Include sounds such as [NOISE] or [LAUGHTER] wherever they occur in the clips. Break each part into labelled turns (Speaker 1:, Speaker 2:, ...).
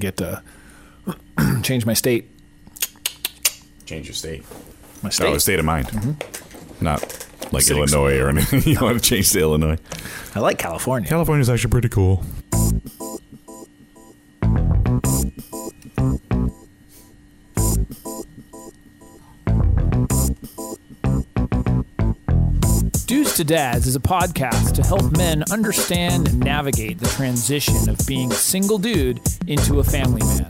Speaker 1: get uh, [CLEARS THROAT] change my state.
Speaker 2: Change your state.
Speaker 1: My state.
Speaker 3: Oh, a state of mind. Not like
Speaker 2: Sitting
Speaker 3: Illinois or anything. [LAUGHS] you want to change to Illinois.
Speaker 1: I like California.
Speaker 3: California's actually pretty cool.
Speaker 4: Dudes to Dads is a podcast to help men understand and navigate the transition of being a single dude into a family man.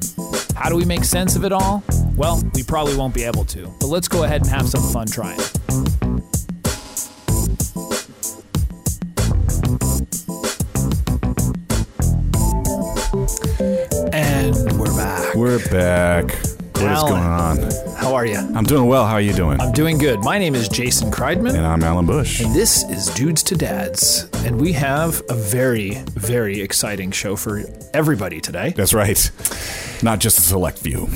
Speaker 4: How do we make sense of it all? Well, we probably won't be able to, but let's go ahead and have some fun trying.
Speaker 1: And we're back.
Speaker 3: We're back. What is
Speaker 1: Alan.
Speaker 3: going on?
Speaker 1: How are you?
Speaker 3: I'm doing well. How are you doing?
Speaker 1: I'm doing good. My name is Jason Kreidman.
Speaker 3: and I'm Alan Bush.
Speaker 1: This is Dudes to Dads, and we have a very, very exciting show for everybody
Speaker 3: [LAUGHS]
Speaker 1: today.
Speaker 3: That's right. Not just a select [LAUGHS] few.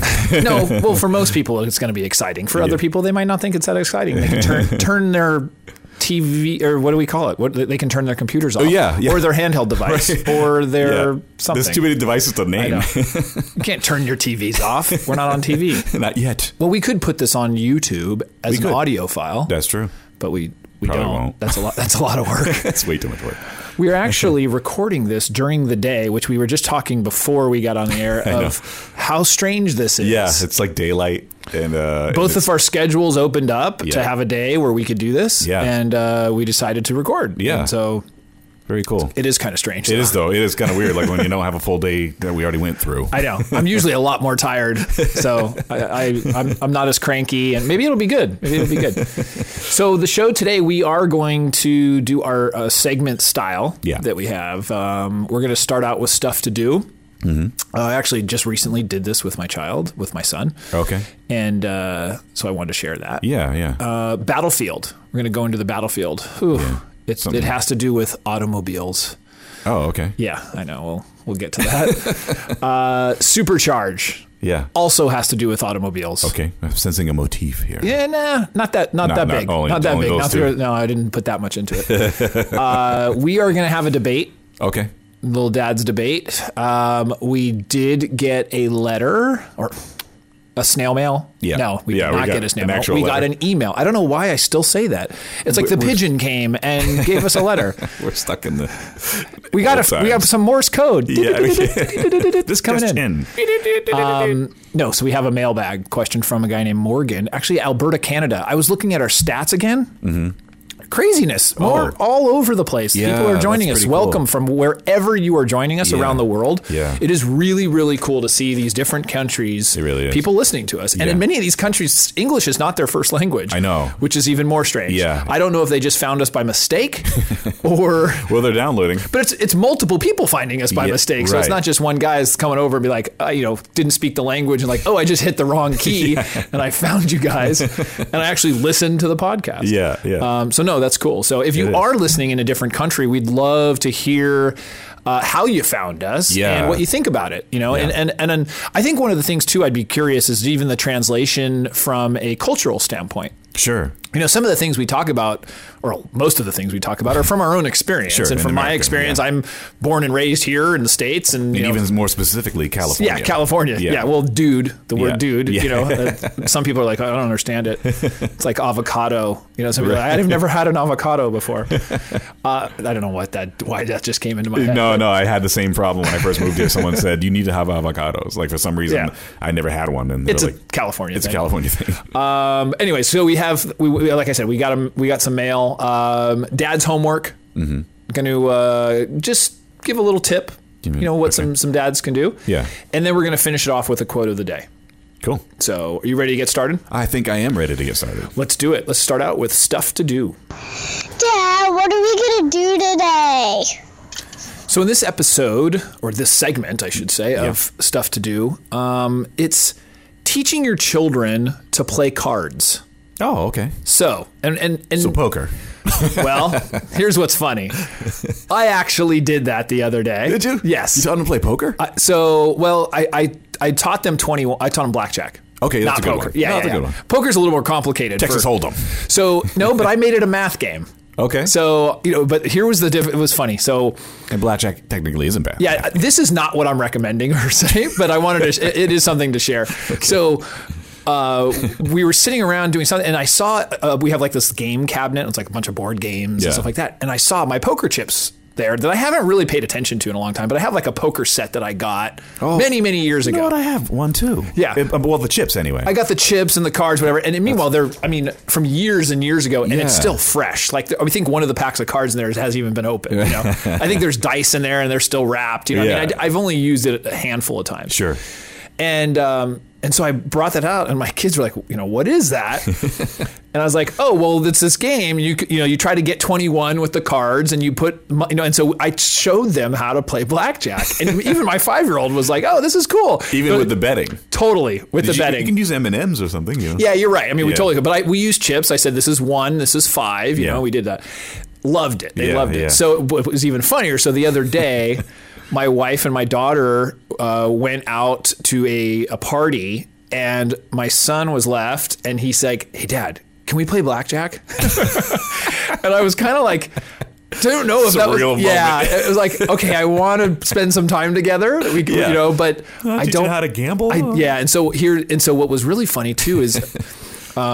Speaker 1: no, well, for most people, it's going to be exciting. For other people, they might not think it's that exciting. They can
Speaker 3: [LAUGHS]
Speaker 1: turn, turn their TV or what do we call it? What they can turn their computers off,
Speaker 3: Oh, yeah, yeah.
Speaker 1: or their
Speaker 3: [LAUGHS]
Speaker 1: handheld device, or their
Speaker 3: Yeah.
Speaker 1: something.
Speaker 3: There's too many devices to
Speaker 1: I
Speaker 3: name.
Speaker 1: know. you can't turn your TVs off. We're not on TV.
Speaker 3: [LAUGHS] Not yet.
Speaker 1: Well, we could put this on YouTube as an
Speaker 3: could.
Speaker 1: audio file,
Speaker 3: That's true.
Speaker 1: but we we
Speaker 3: Probably
Speaker 1: don't.
Speaker 3: won't.
Speaker 1: That's a lot. That's a lot of work.
Speaker 3: That's way too much work.
Speaker 1: We are actually recording this during the day, which we were just talking before we got on the
Speaker 3: [LAUGHS]
Speaker 1: air of how strange this is.
Speaker 3: Yeah, it's like daylight and uh,
Speaker 1: Both
Speaker 3: and
Speaker 1: of our schedules opened up
Speaker 3: Yeah.
Speaker 1: to have a day where we could do this,
Speaker 3: Yeah.
Speaker 1: and uh, we decided to record.
Speaker 3: Yeah.
Speaker 1: And so
Speaker 3: it's very cool.
Speaker 1: it is kind of strange.
Speaker 3: It
Speaker 1: though.
Speaker 3: is though. It is kind of weird. Like when you don't have a full day that we already went through.
Speaker 1: I know. I'm usually a lot more tired, so I, I, I'm, I'm not as cranky, and maybe it'll be good. Maybe it'll be good. So the show today, we are going to do our uh, segment style
Speaker 3: Yeah.
Speaker 1: that we have. Um, we're going to start out with stuff to do.
Speaker 3: Mm-hmm.
Speaker 1: Uh, I actually just recently did this with my child, with my son,
Speaker 3: okay.
Speaker 1: and uh, so I wanted to share that.
Speaker 3: Oh. Yeah, yeah.
Speaker 1: Uh, battlefield. We're going to go into the battlefield. Whew. It's,
Speaker 3: Something-
Speaker 1: it has to do with automobiles.
Speaker 3: oh, okay.
Speaker 1: Yeah, I know. We'll we'll get to that. [LAUGHS] uh, supercharge
Speaker 3: Yeah.
Speaker 1: also has to do with automobiles.
Speaker 3: Okay. I'm sensing a motif here.
Speaker 1: Yeah, nah, not that, not
Speaker 3: Not-
Speaker 1: that
Speaker 3: not
Speaker 1: big,
Speaker 3: only-
Speaker 1: not that
Speaker 3: only
Speaker 1: big.
Speaker 3: those
Speaker 1: Not
Speaker 3: two.
Speaker 1: the- no, I didn't put that much into it. [LAUGHS] uh, we are going to have a debate,
Speaker 3: Okay. [LAUGHS]
Speaker 1: little dad's debate. Um, we did get a letter or a snail mail.
Speaker 3: Yeah.
Speaker 1: No, we
Speaker 3: Yeah,
Speaker 1: did
Speaker 3: we
Speaker 1: not
Speaker 3: got
Speaker 1: get a snail
Speaker 3: an
Speaker 1: mail.
Speaker 3: actual
Speaker 1: We got
Speaker 3: letter.
Speaker 1: an email. I don't know why I still say that. It's like the pigeon came and gave us a
Speaker 3: [LAUGHS]
Speaker 1: letter.
Speaker 3: We're stuck in
Speaker 1: [LAUGHS]
Speaker 3: the.
Speaker 1: We got
Speaker 3: Old
Speaker 1: a, we
Speaker 3: times.
Speaker 1: have some Morse code.
Speaker 3: Yeah.
Speaker 1: [LAUGHS]
Speaker 3: [LAUGHS]
Speaker 1: this coming
Speaker 3: just
Speaker 1: in. Um, no, so we have a mailbag question from a guy named Morgan, actually Alberta, Canada. I was looking at our stats again. Mm-hmm. Craziness, more all over the place.
Speaker 3: Oh. Yeah,
Speaker 1: People are joining
Speaker 3: that's
Speaker 1: us.
Speaker 3: pretty
Speaker 1: Welcome
Speaker 3: cool.
Speaker 1: from wherever you are joining us
Speaker 3: Yeah.
Speaker 1: around the world.
Speaker 3: Yeah.
Speaker 1: it is really, really cool to see these different countries.
Speaker 3: It really is.
Speaker 1: People listening to us, and
Speaker 3: Yeah.
Speaker 1: in many of these countries, English is not their first language.
Speaker 3: I know.
Speaker 1: which is even more strange.
Speaker 3: Yeah.
Speaker 1: I don't know if they just found us by
Speaker 3: [LAUGHS]
Speaker 1: mistake, or
Speaker 3: Well, they're downloading.
Speaker 1: but it's it's multiple people finding us by
Speaker 3: Yeah,
Speaker 1: mistake. So it's
Speaker 3: right.
Speaker 1: not just one guy's coming over and be like, uh, you know, didn't speak the language and like, oh, I just hit the
Speaker 3: [LAUGHS]
Speaker 1: wrong key and I found you guys and I actually listened to the podcast.
Speaker 3: Yeah, yeah.
Speaker 1: Um, so no, that's cool. So if you
Speaker 3: is.
Speaker 1: are listening in a different country, we'd love to hear. Uh, how you found us
Speaker 3: Yeah.
Speaker 1: and what you think about it, you know, and, and, and and I think one of the things too I'd be curious is even the translation from a cultural standpoint
Speaker 3: Sure.
Speaker 1: you know, some of the things we talk about, or most of the things we talk about, are from our own experience.
Speaker 3: Sure,
Speaker 1: and
Speaker 3: in
Speaker 1: from my
Speaker 3: America,
Speaker 1: experience,
Speaker 3: yeah.
Speaker 1: I'm born and raised here in the States, and, you
Speaker 3: And
Speaker 1: know,
Speaker 3: even more specifically, California.
Speaker 1: yeah, California. Yeah. well, dude, the word
Speaker 3: Yeah.
Speaker 1: dude.
Speaker 3: Yeah.
Speaker 1: You know, uh, some people are like, I don't understand
Speaker 3: [LAUGHS]
Speaker 1: it. It's like avocado. You know, some people are like, I've never had an avocado before. Uh, I don't know what that why that just came into my head.
Speaker 3: No, no, I had the same problem when I first moved here. Someone said you need to have avocados. Like for some reason,
Speaker 1: Yeah.
Speaker 3: I never had one, and they're
Speaker 1: It's
Speaker 3: like,
Speaker 1: a California.
Speaker 3: it's a
Speaker 1: thing.
Speaker 3: California thing. [LAUGHS]
Speaker 1: Um, anyway, so we have, we, we, like I said, we got 'em- we got some mail. Um, Dad's homework. Mm-hmm. Going to uh, just give a little tip. You know what some some dads can do.
Speaker 3: Yeah.
Speaker 1: and then we're going to finish it off with a quote of the day.
Speaker 3: cool.
Speaker 1: So, are you ready to get started?
Speaker 3: I think I am ready to get started.
Speaker 1: Let's do it. Let's start out with stuff to do.
Speaker 5: Dad, what are we gonna do today?
Speaker 1: So, in this episode or this segment, I should say, of stuff to do, um, it's teaching your children to play cards.
Speaker 3: Oh, okay.
Speaker 1: So, and and and
Speaker 3: So poker. [LAUGHS]
Speaker 1: Well, here's what's funny. I actually did that the other day.
Speaker 3: Did you? You
Speaker 1: Yes.
Speaker 3: taught him to play poker.
Speaker 1: I- so, well, I, I I taught them 21. I taught them blackjack.
Speaker 3: Okay,
Speaker 1: Not
Speaker 3: that's a good
Speaker 1: poker.
Speaker 3: one.
Speaker 1: Yeah,
Speaker 3: That's
Speaker 1: yeah,
Speaker 3: a good
Speaker 1: yeah.
Speaker 3: one.
Speaker 1: Poker's a little more complicated.
Speaker 3: Texas
Speaker 1: for-
Speaker 3: Hold'em.
Speaker 1: So, no, but I made it a math game.
Speaker 3: [LAUGHS] Okay.
Speaker 1: So you know, but here was the diff- it was funny. So
Speaker 3: and blackjack technically isn't bad.
Speaker 1: yeah, this is not what I'm recommending [LAUGHS] or saying, but I wanted to. sh- it is something to share. So. Uh, we were sitting around doing something, and I saw uh, we have like this game cabinet. It's like a bunch of board games
Speaker 3: Yeah.
Speaker 1: and stuff like that. And I saw my poker chips there that I haven't really paid attention to in a long time, but I have like a poker set that I got many, many years
Speaker 3: You
Speaker 1: ago.
Speaker 3: know what? I have one too.
Speaker 1: Yeah.
Speaker 3: It- uh, well, the chips anyway.
Speaker 1: I got the chips and the cards, whatever. And meanwhile, they're, I mean, from years and years ago, and it's
Speaker 3: Yeah.
Speaker 1: still fresh. Like, I think one of the packs of cards in there hasn't even been opened.
Speaker 3: [LAUGHS]
Speaker 1: You know? I think there's dice in there and they're still wrapped. You know, I
Speaker 3: Yeah.
Speaker 1: mean, I, have only used it a handful of times.
Speaker 3: sure.
Speaker 1: And, um, and so I brought that out, and my kids were like, you know, what is
Speaker 3: [LAUGHS]
Speaker 1: that? and I was like, oh, well, it's this game. You c- you know, you try to get 21 with the cards, and you put mo- you know. And so I showed them how to play blackjack, and even my five year old was like, oh, this is cool.
Speaker 3: Even
Speaker 1: But-
Speaker 3: with the betting.
Speaker 1: totally with the
Speaker 3: you,
Speaker 1: betting,
Speaker 3: You can use M and M's or something. You know?
Speaker 1: yeah, you're right. I mean, we
Speaker 3: Yeah.
Speaker 1: totally could. But I, we used chips. I said, this is one, this is five. You
Speaker 3: Yeah.
Speaker 1: know, we did that. Loved it. They
Speaker 3: Yeah,
Speaker 1: loved it.
Speaker 3: yeah.
Speaker 1: So it, w- it was even funnier. So the other
Speaker 3: [LAUGHS]
Speaker 1: day, my wife and my daughter uh, went out to a, a party, and my son was left, and he's like, hey, dad, can we play blackjack? [LAUGHS] and I was kind of like, I don't know if that was
Speaker 3: Surreal
Speaker 1: yeah.
Speaker 3: moment.
Speaker 1: It was like okay, I want to spend some time together. We,
Speaker 3: Yeah.
Speaker 1: you know, but I
Speaker 3: teach you
Speaker 1: don't
Speaker 3: how to gamble?
Speaker 1: I, yeah, and so here, and so what was really funny too
Speaker 3: [LAUGHS]
Speaker 1: is, um,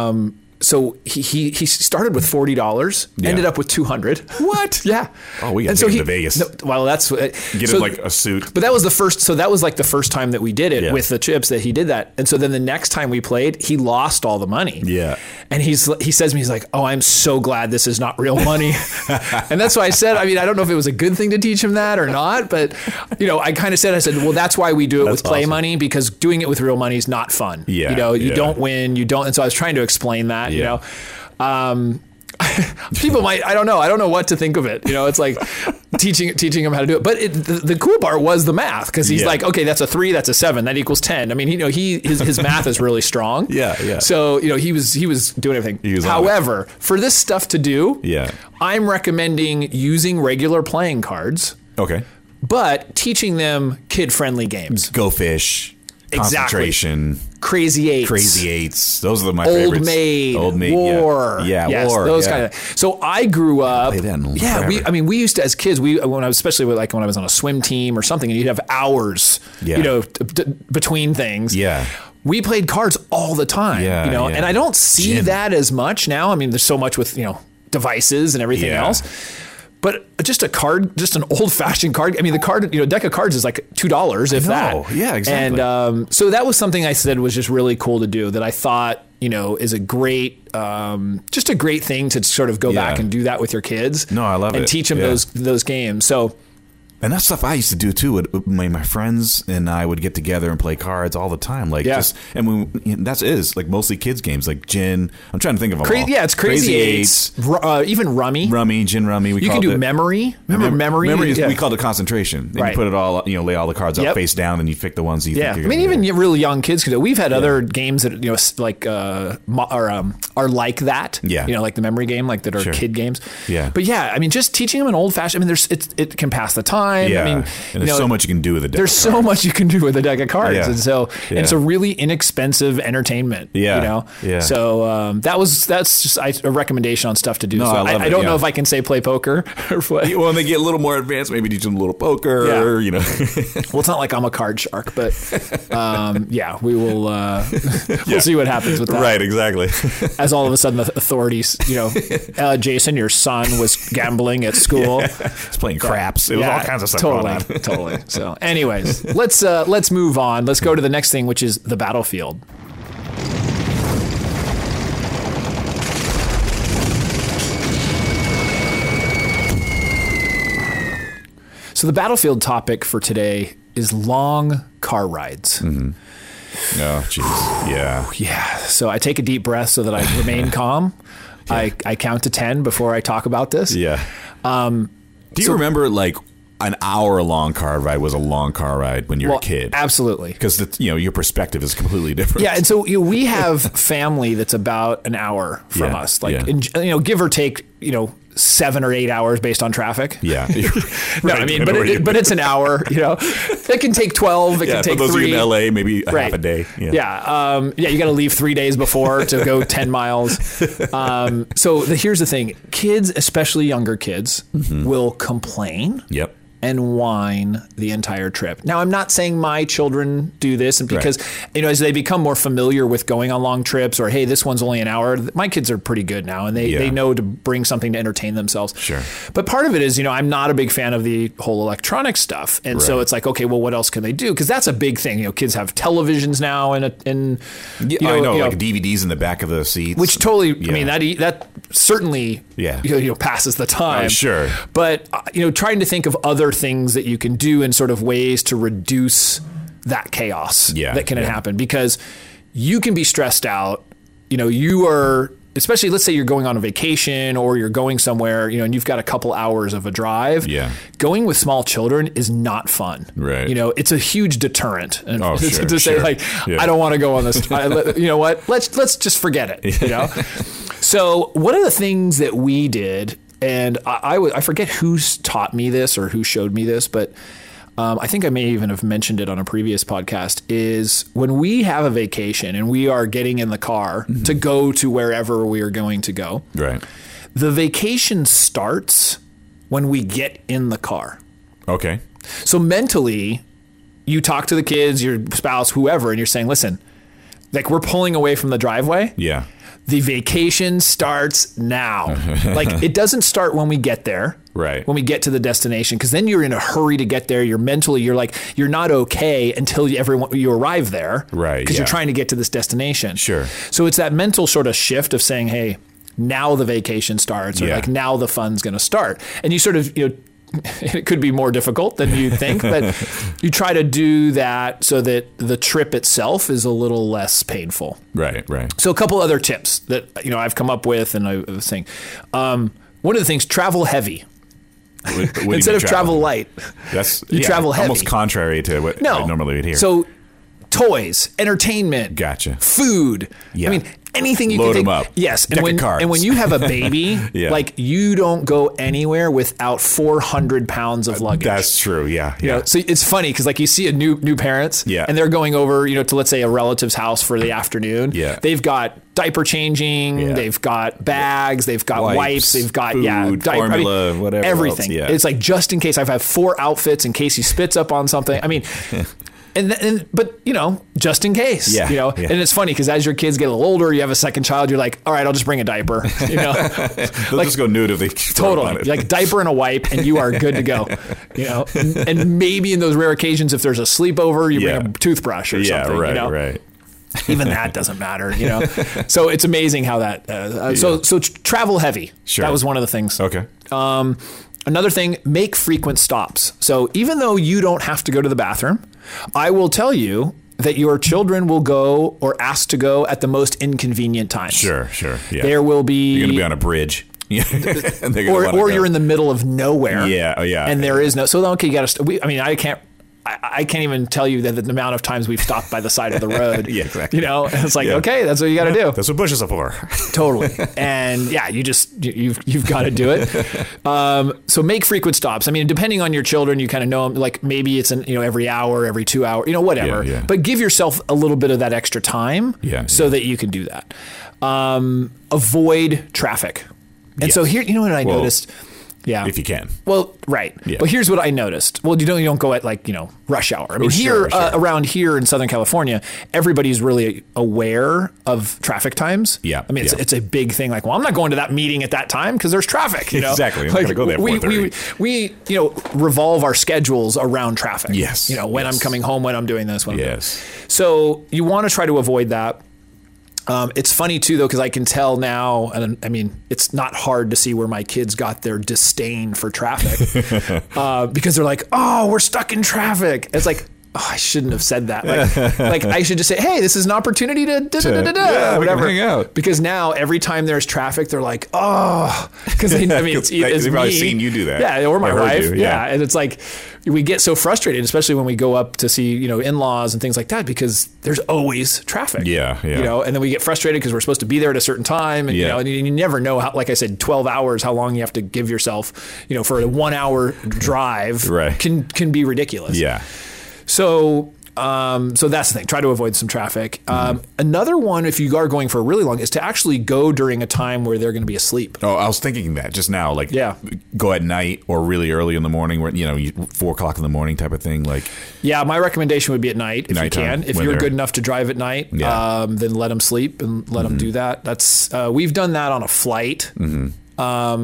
Speaker 1: so he he, he started with forty dollars, ended up with two hundred. What? [LAUGHS] yeah.
Speaker 3: Oh, we gotta
Speaker 1: And
Speaker 3: take him to Vegas.
Speaker 1: well, that's uh, get
Speaker 3: Get him like a suit.
Speaker 1: But that was the first. So that was like the first time that we did it
Speaker 3: Yeah.
Speaker 1: with the chips that he did that, and so then the next time we played, he lost all the money.
Speaker 3: Yeah.
Speaker 1: And he's he says to me, he's like, "Oh, I'm so glad this is not real money,"
Speaker 3: [LAUGHS]
Speaker 1: [LAUGHS] and that's why I said. I mean, I don't know if it was a good thing to teach him that or not, but you know, I kind of said, I said, "Well, that's why we do it with play
Speaker 3: awesome.
Speaker 1: money because doing it with real money is not fun.
Speaker 3: Yeah,
Speaker 1: You know, you
Speaker 3: yeah.
Speaker 1: don't win, you don't." And so I was trying to explain that.
Speaker 3: Yeah.
Speaker 1: You know. Um, people might i don't know i don't know what to think of it you know it's
Speaker 3: [LAUGHS]
Speaker 1: like teaching teaching him how to do it but it, the, the cool part was the math because he's
Speaker 3: Yeah.
Speaker 1: like okay that's a three that's a seven that equals ten i mean you know he his, his math is really strong
Speaker 3: [LAUGHS] Yeah, yeah.
Speaker 1: so you know he was he was doing everything
Speaker 3: He was on it.
Speaker 1: however for this stuff to do
Speaker 3: Yeah.
Speaker 1: i'm recommending using regular playing cards
Speaker 3: Okay.
Speaker 1: but teaching them kid friendly games
Speaker 3: Go fish.
Speaker 1: Exactly.
Speaker 3: Concentration.
Speaker 1: crazy eights
Speaker 3: Crazy eights. Those are my
Speaker 1: Old
Speaker 3: favorites.
Speaker 1: Maid,
Speaker 3: Old maid. yeah.
Speaker 1: War,
Speaker 3: Yeah.
Speaker 1: Yes,
Speaker 3: war.
Speaker 1: those
Speaker 3: yeah.
Speaker 1: kind of. Things. So I grew up.
Speaker 3: play that in
Speaker 1: yeah, we.
Speaker 3: forever.
Speaker 1: I mean, we used to as kids. We when I was especially with, like when I was on a swim team or something, and you'd have hours,
Speaker 3: Yeah.
Speaker 1: you know, t- t- between things.
Speaker 3: Yeah.
Speaker 1: We played cards all the time,
Speaker 3: Yeah,
Speaker 1: you know,
Speaker 3: yeah.
Speaker 1: and I don't see
Speaker 3: Gin.
Speaker 1: that as much now. I mean, there's so much with you know devices and everything
Speaker 3: Yeah.
Speaker 1: else. But just a card, just an [LAUGHS] old-fashioned card. I mean, the card, you know, deck of cards is like two dollars, if
Speaker 3: know.
Speaker 1: that.
Speaker 3: Yeah, exactly.
Speaker 1: And um, so that was something I said was just really cool to do that I thought, you know, is a great, um, just a great thing to sort of go
Speaker 3: Yeah.
Speaker 1: back and do that with your kids.
Speaker 3: No, I love
Speaker 1: and
Speaker 3: it.
Speaker 1: teach them
Speaker 3: Yeah.
Speaker 1: those those games. So
Speaker 3: And that's stuff I used to do too. Would- My, my friends and I would get together and play cards all the time. Like
Speaker 1: Yeah.
Speaker 3: just and we, you know, that's it is like mostly kids games like gin. I'm trying to think of them all.
Speaker 1: crazy, yeah, it's crazy, eights, ru- uh, even rummy.
Speaker 3: rummy, gin rummy. We
Speaker 1: you can
Speaker 3: called
Speaker 1: do
Speaker 3: it,
Speaker 1: memory. Remember
Speaker 3: Remem-
Speaker 1: memory?
Speaker 3: memory is,
Speaker 1: yeah.
Speaker 3: we called it concentration. And
Speaker 1: Right.
Speaker 3: You put it all, you know, lay all the cards
Speaker 1: Yep.
Speaker 3: up face down, and you pick the ones that you
Speaker 1: Yeah, I
Speaker 3: think. you're
Speaker 1: mean,
Speaker 3: gonna
Speaker 1: even
Speaker 3: do.
Speaker 1: really young kids could do. it. We've had other games that you know, s- like uh, mo- are um, are like that.
Speaker 3: Yeah.
Speaker 1: you know, like the memory game, like that are
Speaker 3: Sure.
Speaker 1: kid games.
Speaker 3: Yeah.
Speaker 1: but yeah, I mean, just teaching them an old fashioned. I mean, there's it's, it can pass the time.
Speaker 3: yeah.
Speaker 1: I mean,
Speaker 3: and
Speaker 1: you
Speaker 3: there's
Speaker 1: know,
Speaker 3: so much you can do with a deck.
Speaker 1: There's
Speaker 3: [LAUGHS]
Speaker 1: so much you can do with a deck of cards,
Speaker 3: Yeah.
Speaker 1: and so and it's
Speaker 3: Yeah.
Speaker 1: a really inexpensive entertainment.
Speaker 3: Yeah.
Speaker 1: you know.
Speaker 3: Yeah.
Speaker 1: So um, that was that's just I, a recommendation on stuff to do.
Speaker 3: No,
Speaker 1: so
Speaker 3: I love
Speaker 1: I,
Speaker 3: it,
Speaker 1: don't
Speaker 3: yeah.
Speaker 1: know if I can say play poker [LAUGHS] or play.
Speaker 3: Well, when they get a little more advanced, maybe teach them a little poker.
Speaker 1: Yeah.
Speaker 3: you know. [LAUGHS]
Speaker 1: Well, it's not like I'm a card shark, but
Speaker 3: [LAUGHS]
Speaker 1: um, yeah, we will. Uh, [LAUGHS] we'll see what happens with that.
Speaker 3: right. Exactly. [LAUGHS]
Speaker 1: as all of a sudden the authorities, you know, uh, Jason, your son was gambling at school.
Speaker 3: it's playing craps. It was
Speaker 1: Yeah,
Speaker 3: all kinds of stuff. going
Speaker 1: Totally, [LAUGHS]
Speaker 3: on. [LAUGHS]
Speaker 1: totally. So, anyways, let's uh, let's move on. Let's go to the next thing, which is the battlefield. So, the battlefield topic for today is long car rides.
Speaker 3: Mm-hmm. Oh, jeez. Yeah.
Speaker 1: Yeah. So I take a deep breath so that I
Speaker 3: [LAUGHS]
Speaker 1: remain calm. I, I count to 10 before I talk about this.
Speaker 3: Yeah. Um, Do you remember like an hour long car ride was a long car ride when you were
Speaker 1: Well,
Speaker 3: a kid?
Speaker 1: Absolutely.
Speaker 3: Because you know your perspective is completely different.
Speaker 1: Yeah. And so you know, we have family that's about an hour from
Speaker 3: Yeah,
Speaker 1: us, like,
Speaker 3: yeah.
Speaker 1: in, you know, give or take, you know, seven or eight hours based on traffic. [LAUGHS]
Speaker 3: Yeah. [LAUGHS]
Speaker 1: No,
Speaker 3: Right,
Speaker 1: I mean, but
Speaker 3: where you-
Speaker 1: it, but it's an hour. You
Speaker 3: [LAUGHS]
Speaker 1: know, it can take twelve. It
Speaker 3: yeah,
Speaker 1: can take
Speaker 3: for those
Speaker 1: three.
Speaker 3: of you in LA, maybe a
Speaker 1: Right.
Speaker 3: half a day. Yeah.
Speaker 1: Yeah. Um, yeah. You got to leave three days before to
Speaker 3: [LAUGHS]
Speaker 1: go 10 miles. Um, so the, here's the thing kids, especially younger kids,
Speaker 3: Mm-hmm.
Speaker 1: will complain
Speaker 3: Yep.
Speaker 1: and whine the entire trip. Now, I'm not saying my children do this, and because you know, as they become more familiar with going on long trips, or hey, this one's only an hour. th- My kids are pretty good now, and they
Speaker 3: Yeah.
Speaker 1: they know to bring something to entertain themselves.
Speaker 3: Sure.
Speaker 1: But part of it is, you know, I'm not a big fan of the whole electronic stuff, and so
Speaker 3: Right.
Speaker 1: it's like, okay, well, what else can they do? Because that's a big thing. You know, kids have televisions now, and a- and you
Speaker 3: I know,
Speaker 1: you
Speaker 3: like DVDs in the back of the seats.
Speaker 1: which totally
Speaker 3: Yeah.
Speaker 1: i mean that e- that certainly
Speaker 3: Yeah.
Speaker 1: you know, you know, passes the time
Speaker 3: Oh, sure.
Speaker 1: but uh, you know trying to think of other things that you can do and sort of ways to reduce that chaos
Speaker 3: Yeah,
Speaker 1: that can
Speaker 3: yeah.
Speaker 1: happen because you can be stressed out you know you are especially let's say you're going on a vacation or you're going somewhere you know and you've got a couple hours of a drive
Speaker 3: Yeah.
Speaker 1: going with small children is not fun
Speaker 3: Right.
Speaker 1: you know it's a huge deterrent and [LAUGHS]
Speaker 3: Oh,
Speaker 1: to
Speaker 3: sure,
Speaker 1: say
Speaker 3: sure.
Speaker 1: like
Speaker 3: Yeah.
Speaker 1: i don't want to go on this I, let- you know what let's let's just forget it you
Speaker 3: [LAUGHS]
Speaker 1: know so one of the things that we did and I I was- I forget who's taught me this or who showed me this but um, i think i may even have mentioned it on a previous podcast is when we have a vacation and we are getting in the car
Speaker 3: Mm-hmm.
Speaker 1: to go to wherever we are going to go
Speaker 3: Right.
Speaker 1: the vacation starts when we get in the car
Speaker 3: Okay.
Speaker 1: so mentally, you talk to the kids, your spouse, whoever, and you're saying, listen, like we're pulling away from the driveway.
Speaker 3: Yeah.
Speaker 1: The vacation starts
Speaker 3: [LAUGHS]
Speaker 1: now. like it doesn't start when we get there.
Speaker 3: Right.
Speaker 1: When we get to the destination, because then you're in a hurry to get there. You're mentally, you're like, you're not okay until you, everyone you arrive there.
Speaker 3: Right,
Speaker 1: Because
Speaker 3: yeah.
Speaker 1: you're trying to get to this destination.
Speaker 3: Sure.
Speaker 1: So it's that mental sort of shift of saying, hey, now the vacation starts, or
Speaker 3: Yeah.
Speaker 1: like now the fun's going to start. And you sort of, you know, [LAUGHS] it could be more difficult than you think,
Speaker 3: [LAUGHS]
Speaker 1: but you try to do that so that the trip itself is a little less painful.
Speaker 3: Right. Right.
Speaker 1: So a couple other tips that you know I've come up with, and I was saying, um, one of the things: travel heavy
Speaker 3: What- what do you
Speaker 1: instead
Speaker 3: mean
Speaker 1: of travel light. [LAUGHS]
Speaker 3: that's
Speaker 1: you
Speaker 3: yeah,
Speaker 1: travel heavy.
Speaker 3: Almost contrary to what
Speaker 1: No,
Speaker 3: I normally would hear.
Speaker 1: So toys, entertainment,
Speaker 3: Gotcha.
Speaker 1: food.
Speaker 3: Yeah.
Speaker 1: I mean anything you
Speaker 3: Load
Speaker 1: can
Speaker 3: 'em
Speaker 1: think.
Speaker 3: up.
Speaker 1: Yes, and
Speaker 3: Deck of
Speaker 1: when
Speaker 3: cards.
Speaker 1: and when you have a baby,
Speaker 3: [LAUGHS] Yeah.
Speaker 1: like you don't go anywhere without 400 pounds of luggage.
Speaker 3: Uh, that's true. Yeah.
Speaker 1: You
Speaker 3: Yeah.
Speaker 1: know, so it's funny because like you see a new new parents,
Speaker 3: Yeah.
Speaker 1: and they're going over, you know, to let's say a relative's house for the afternoon.
Speaker 3: Yeah.
Speaker 1: they've got diaper changing,
Speaker 3: Yeah.
Speaker 1: they've got bags, they've got
Speaker 3: Wipes,
Speaker 1: wipes, they've got yeah,
Speaker 3: food, formula, whatever
Speaker 1: everything.
Speaker 3: else, yeah.
Speaker 1: It's like just in case I've had four outfits in case he spits up on something.
Speaker 3: [LAUGHS]
Speaker 1: I mean. And, th- and but you know just in case
Speaker 3: Yeah,
Speaker 1: you know
Speaker 3: yeah.
Speaker 1: and it's funny because as your kids get a little older you have a second child you're like all right I'll just bring a diaper [LAUGHS] you know
Speaker 3: They'll just go nude if they throw up on
Speaker 1: Totally.
Speaker 3: it.
Speaker 1: Like diaper and a wipe, and you are good to
Speaker 3: [LAUGHS]
Speaker 1: go. You know, and, and maybe in those rare occasions, if there's a sleepover, you
Speaker 3: Yeah.
Speaker 1: bring a toothbrush or
Speaker 3: [LAUGHS] yeah.
Speaker 1: something.
Speaker 3: Right.
Speaker 1: you know?
Speaker 3: Right.
Speaker 1: [LAUGHS] Even that doesn't matter. You
Speaker 3: [LAUGHS]
Speaker 1: know, so it's amazing how that. Uh, uh, So so tr- travel heavy.
Speaker 3: Sure.
Speaker 1: That was one of the things.
Speaker 3: Okay.
Speaker 1: Um, another thing, make frequent stops. So even though you don't have to go to the bathroom, I will tell you that your children will go or ask to go at the most inconvenient times.
Speaker 3: Sure. Sure. Yeah.
Speaker 1: There will be.
Speaker 3: You're gonna be on a bridge. [LAUGHS] Yeah. and they're gonna
Speaker 1: or,
Speaker 3: wanna
Speaker 1: or
Speaker 3: go.
Speaker 1: you're in the middle of nowhere.
Speaker 3: Yeah, oh, yeah.
Speaker 1: And there is no. So okay, you got to. St- we, I mean, I can't. I, I can't even tell you that the amount of times we've stopped by the side
Speaker 3: [LAUGHS]
Speaker 1: of the road.
Speaker 3: Yeah, exactly.
Speaker 1: You know, and it's like
Speaker 3: Yeah.
Speaker 1: okay, that's what you got to do.
Speaker 3: That's what bushes are for. [LAUGHS]
Speaker 1: totally. And yeah, you just you, you've you've got to do it. Um, so make frequent stops. I mean, depending on your children, you kind of know them. Like maybe it's an you know every hour, every two hour, you know whatever.
Speaker 3: Yeah, yeah.
Speaker 1: But give yourself a little bit of that extra time.
Speaker 3: Yeah,
Speaker 1: So
Speaker 3: yeah.
Speaker 1: that you can do that. Um, avoid traffic. And so here, you know what I
Speaker 3: Well,
Speaker 1: noticed. Yeah.
Speaker 3: if
Speaker 1: [LAUGHS]
Speaker 3: you can.
Speaker 1: Well, right.
Speaker 3: Yeah.
Speaker 1: But here's what I noticed. Well, you don't you don't go at like you know rush hour. I mean,
Speaker 3: Oh, sure,
Speaker 1: here uh,
Speaker 3: sure.
Speaker 1: around here in Southern California, everybody's really aware of traffic times.
Speaker 3: Yeah,
Speaker 1: I mean, it's,
Speaker 3: yeah.
Speaker 1: it's a big thing. Like, well, I'm not going to that meeting at that time because there's traffic. You know,
Speaker 3: Exactly. I'm not
Speaker 1: Like,
Speaker 3: gonna go there at
Speaker 1: we,
Speaker 3: 4:30.
Speaker 1: we we you know revolve our schedules around traffic.
Speaker 3: Yes,
Speaker 1: You know, when
Speaker 3: yes.
Speaker 1: I'm coming home, when I'm doing this, when I'm doing
Speaker 3: Yes.
Speaker 1: so you want to try to avoid that. Um, it's funny too, though, because I can tell now, and I mean, it's not hard to see where my kids got their
Speaker 3: [LAUGHS]
Speaker 1: disdain for traffic uh, because they're like, "Oh, we're stuck in traffic." It's like, oh, I shouldn't have said that.
Speaker 3: [LAUGHS]
Speaker 1: Like, like I should just say, hey, this is an opportunity to da da da da
Speaker 3: yeah, we
Speaker 1: da,
Speaker 3: can
Speaker 1: whatever.
Speaker 3: hang out.
Speaker 1: Because now every time there's traffic, they're like, oh, because
Speaker 3: [LAUGHS]
Speaker 1: I mean, it's, e,
Speaker 3: They-
Speaker 1: it's
Speaker 3: they've probably
Speaker 1: me.
Speaker 3: seen you do that.
Speaker 1: Yeah, or my
Speaker 3: Or heard
Speaker 1: wife.
Speaker 3: you,
Speaker 1: yeah.
Speaker 3: yeah.
Speaker 1: and it's like we get so frustrated, especially when we go up to see you know in laws and things like that, because there's always traffic.
Speaker 3: Yeah, yeah.
Speaker 1: You know, and then we get frustrated because we're supposed to be there at a certain time, and you
Speaker 3: Yeah.
Speaker 1: know, and you, you never know how. Like I said, twelve hours, how long you have to give yourself, you know, for a one-hour drive,
Speaker 3: Right.
Speaker 1: Can can be ridiculous.
Speaker 3: Yeah.
Speaker 1: So, um, so that's the thing. Try to avoid some traffic. Um,
Speaker 3: Mm-hmm.
Speaker 1: another one, if you are going for really long, is to actually go during a time where they're going to be asleep.
Speaker 3: Oh, I was thinking that just now. Like,
Speaker 1: Yeah.
Speaker 3: go at night or really early in the morning, where you know, you- four o'clock in the morning type of thing. Like,
Speaker 1: Yeah, my recommendation would be at night if
Speaker 3: Nighttime,
Speaker 1: you can. If
Speaker 3: when
Speaker 1: you're
Speaker 3: they're-
Speaker 1: good enough to drive at night,
Speaker 3: Yeah. Mm-hmm.
Speaker 1: um, then let them sleep and let them do that. That's uh, we've done that on a flight. Um,
Speaker 3: Mm-hmm.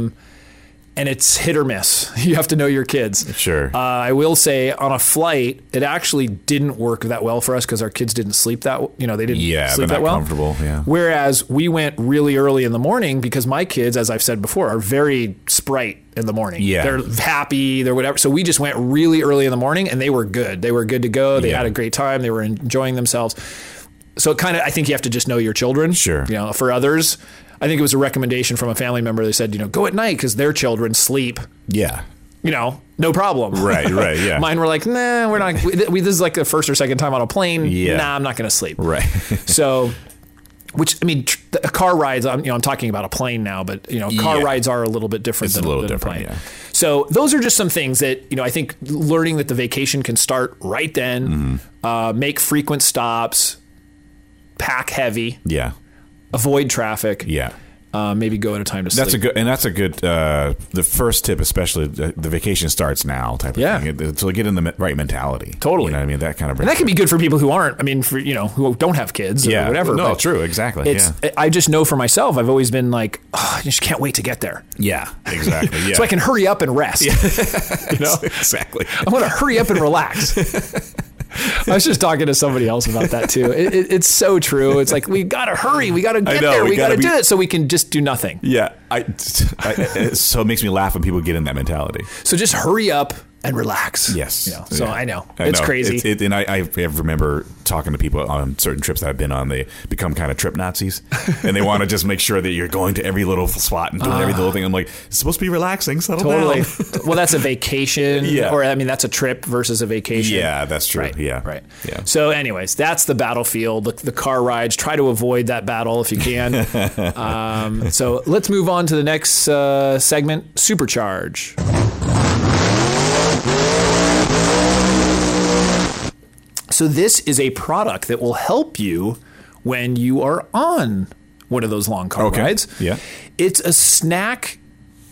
Speaker 1: and it's hit or miss. [LAUGHS] You have to know your kids.
Speaker 3: Sure.
Speaker 1: Uh, I will say on a flight, it actually didn't work that well for us because our kids didn't sleep that. You know, they didn't
Speaker 3: Yeah,
Speaker 1: sleep
Speaker 3: they're
Speaker 1: that
Speaker 3: not
Speaker 1: well.
Speaker 3: comfortable, yeah.
Speaker 1: Whereas we went really early in the morning because my kids, as I've said before, are very sprite in the morning.
Speaker 3: Yeah.
Speaker 1: They're happy, they're whatever. So we just went really early in the morning and they were good. They were good to go. They
Speaker 3: Yeah.
Speaker 1: had a great time. They were enjoying themselves. So it kind of, I think you have to just know your children.
Speaker 3: Sure.
Speaker 1: You know, for others, I think it was a recommendation from a family member. They said, you know, go at night because their children sleep,
Speaker 3: yeah,
Speaker 1: you know, no problem.
Speaker 3: right,
Speaker 1: [LAUGHS]
Speaker 3: right, yeah,
Speaker 1: Mine were like, nah, we're not. We, we, this is like the first or second time on a plane.
Speaker 3: Yeah.
Speaker 1: Nah, I'm not going to sleep.
Speaker 3: right. [LAUGHS]
Speaker 1: So, which I mean, tr- the- car rides. I'm you know I'm talking about a plane now, but you know, car
Speaker 3: Yeah.
Speaker 1: rides are a little bit different.
Speaker 3: It's
Speaker 1: than
Speaker 3: a little
Speaker 1: than
Speaker 3: different,
Speaker 1: plane.
Speaker 3: yeah.
Speaker 1: So those are just some things that you know I think learning that the vacation can start right then.
Speaker 3: Mm-hmm.
Speaker 1: Uh, make frequent stops. Pack heavy.
Speaker 3: yeah,
Speaker 1: Avoid traffic.
Speaker 3: yeah.
Speaker 1: Uh, maybe go at a time to
Speaker 3: That's a
Speaker 1: sleep.
Speaker 3: good, and that's a good. Uh, the first tip, especially uh, the, the vacation starts now type of
Speaker 1: Yeah.
Speaker 3: thing. It- So get in the me- right mentality.
Speaker 1: Totally.
Speaker 3: You know what I mean? That kind of.
Speaker 1: and that can be good for people who aren't. I mean, for you know who don't have kids or
Speaker 3: yeah,
Speaker 1: whatever.
Speaker 3: No,
Speaker 1: but
Speaker 3: true, exactly.
Speaker 1: It's.
Speaker 3: yeah.
Speaker 1: I just know for myself. I've always been like, "Oh, I just can't wait to get there,
Speaker 3: Yeah, exactly.
Speaker 1: [LAUGHS]
Speaker 3: Yeah. [LAUGHS]
Speaker 1: so I can hurry up and rest. you know.
Speaker 3: exactly.
Speaker 1: I want to hurry up and
Speaker 3: [LAUGHS]
Speaker 1: relax. I was just talking to somebody else about that too. It, it, it's so true. It's like we gotta hurry, we gotta get
Speaker 3: know,
Speaker 1: there, we,
Speaker 3: we
Speaker 1: gotta,
Speaker 3: gotta be-
Speaker 1: do it, so we can just do nothing.
Speaker 3: Yeah, I, [LAUGHS] I- it- so it makes me laugh when people get in that mentality.
Speaker 1: So just hurry up and relax.
Speaker 3: Yes.
Speaker 1: You know, so
Speaker 3: Yeah.
Speaker 1: I know it's
Speaker 3: know.
Speaker 1: crazy.
Speaker 3: It's- it- and I, I remember talking to people on certain trips that I've been on. They become kind of trip Nazis, and they want to just make sure that you're going to every little spot and doing every little thing. I'm like, it's supposed to be relaxing. Settle
Speaker 1: Ah.
Speaker 3: [LAUGHS]
Speaker 1: totally.
Speaker 3: down.
Speaker 1: well, that's a vacation.
Speaker 3: Yeah.
Speaker 1: Or I mean, that's a trip versus a vacation.
Speaker 3: Yeah, that's true.
Speaker 1: Right.
Speaker 3: Yeah.
Speaker 1: Right.
Speaker 3: Yeah.
Speaker 1: So, anyways, that's the battlefield. The, the car rides. Try to avoid that battle if you
Speaker 3: [LAUGHS]
Speaker 1: can. um, so let's move on to the next uh, segment: supercharge. So this is a product that will help you when you are on one of those long car
Speaker 3: Okay.
Speaker 1: rides.
Speaker 3: Yeah.
Speaker 1: It's a snack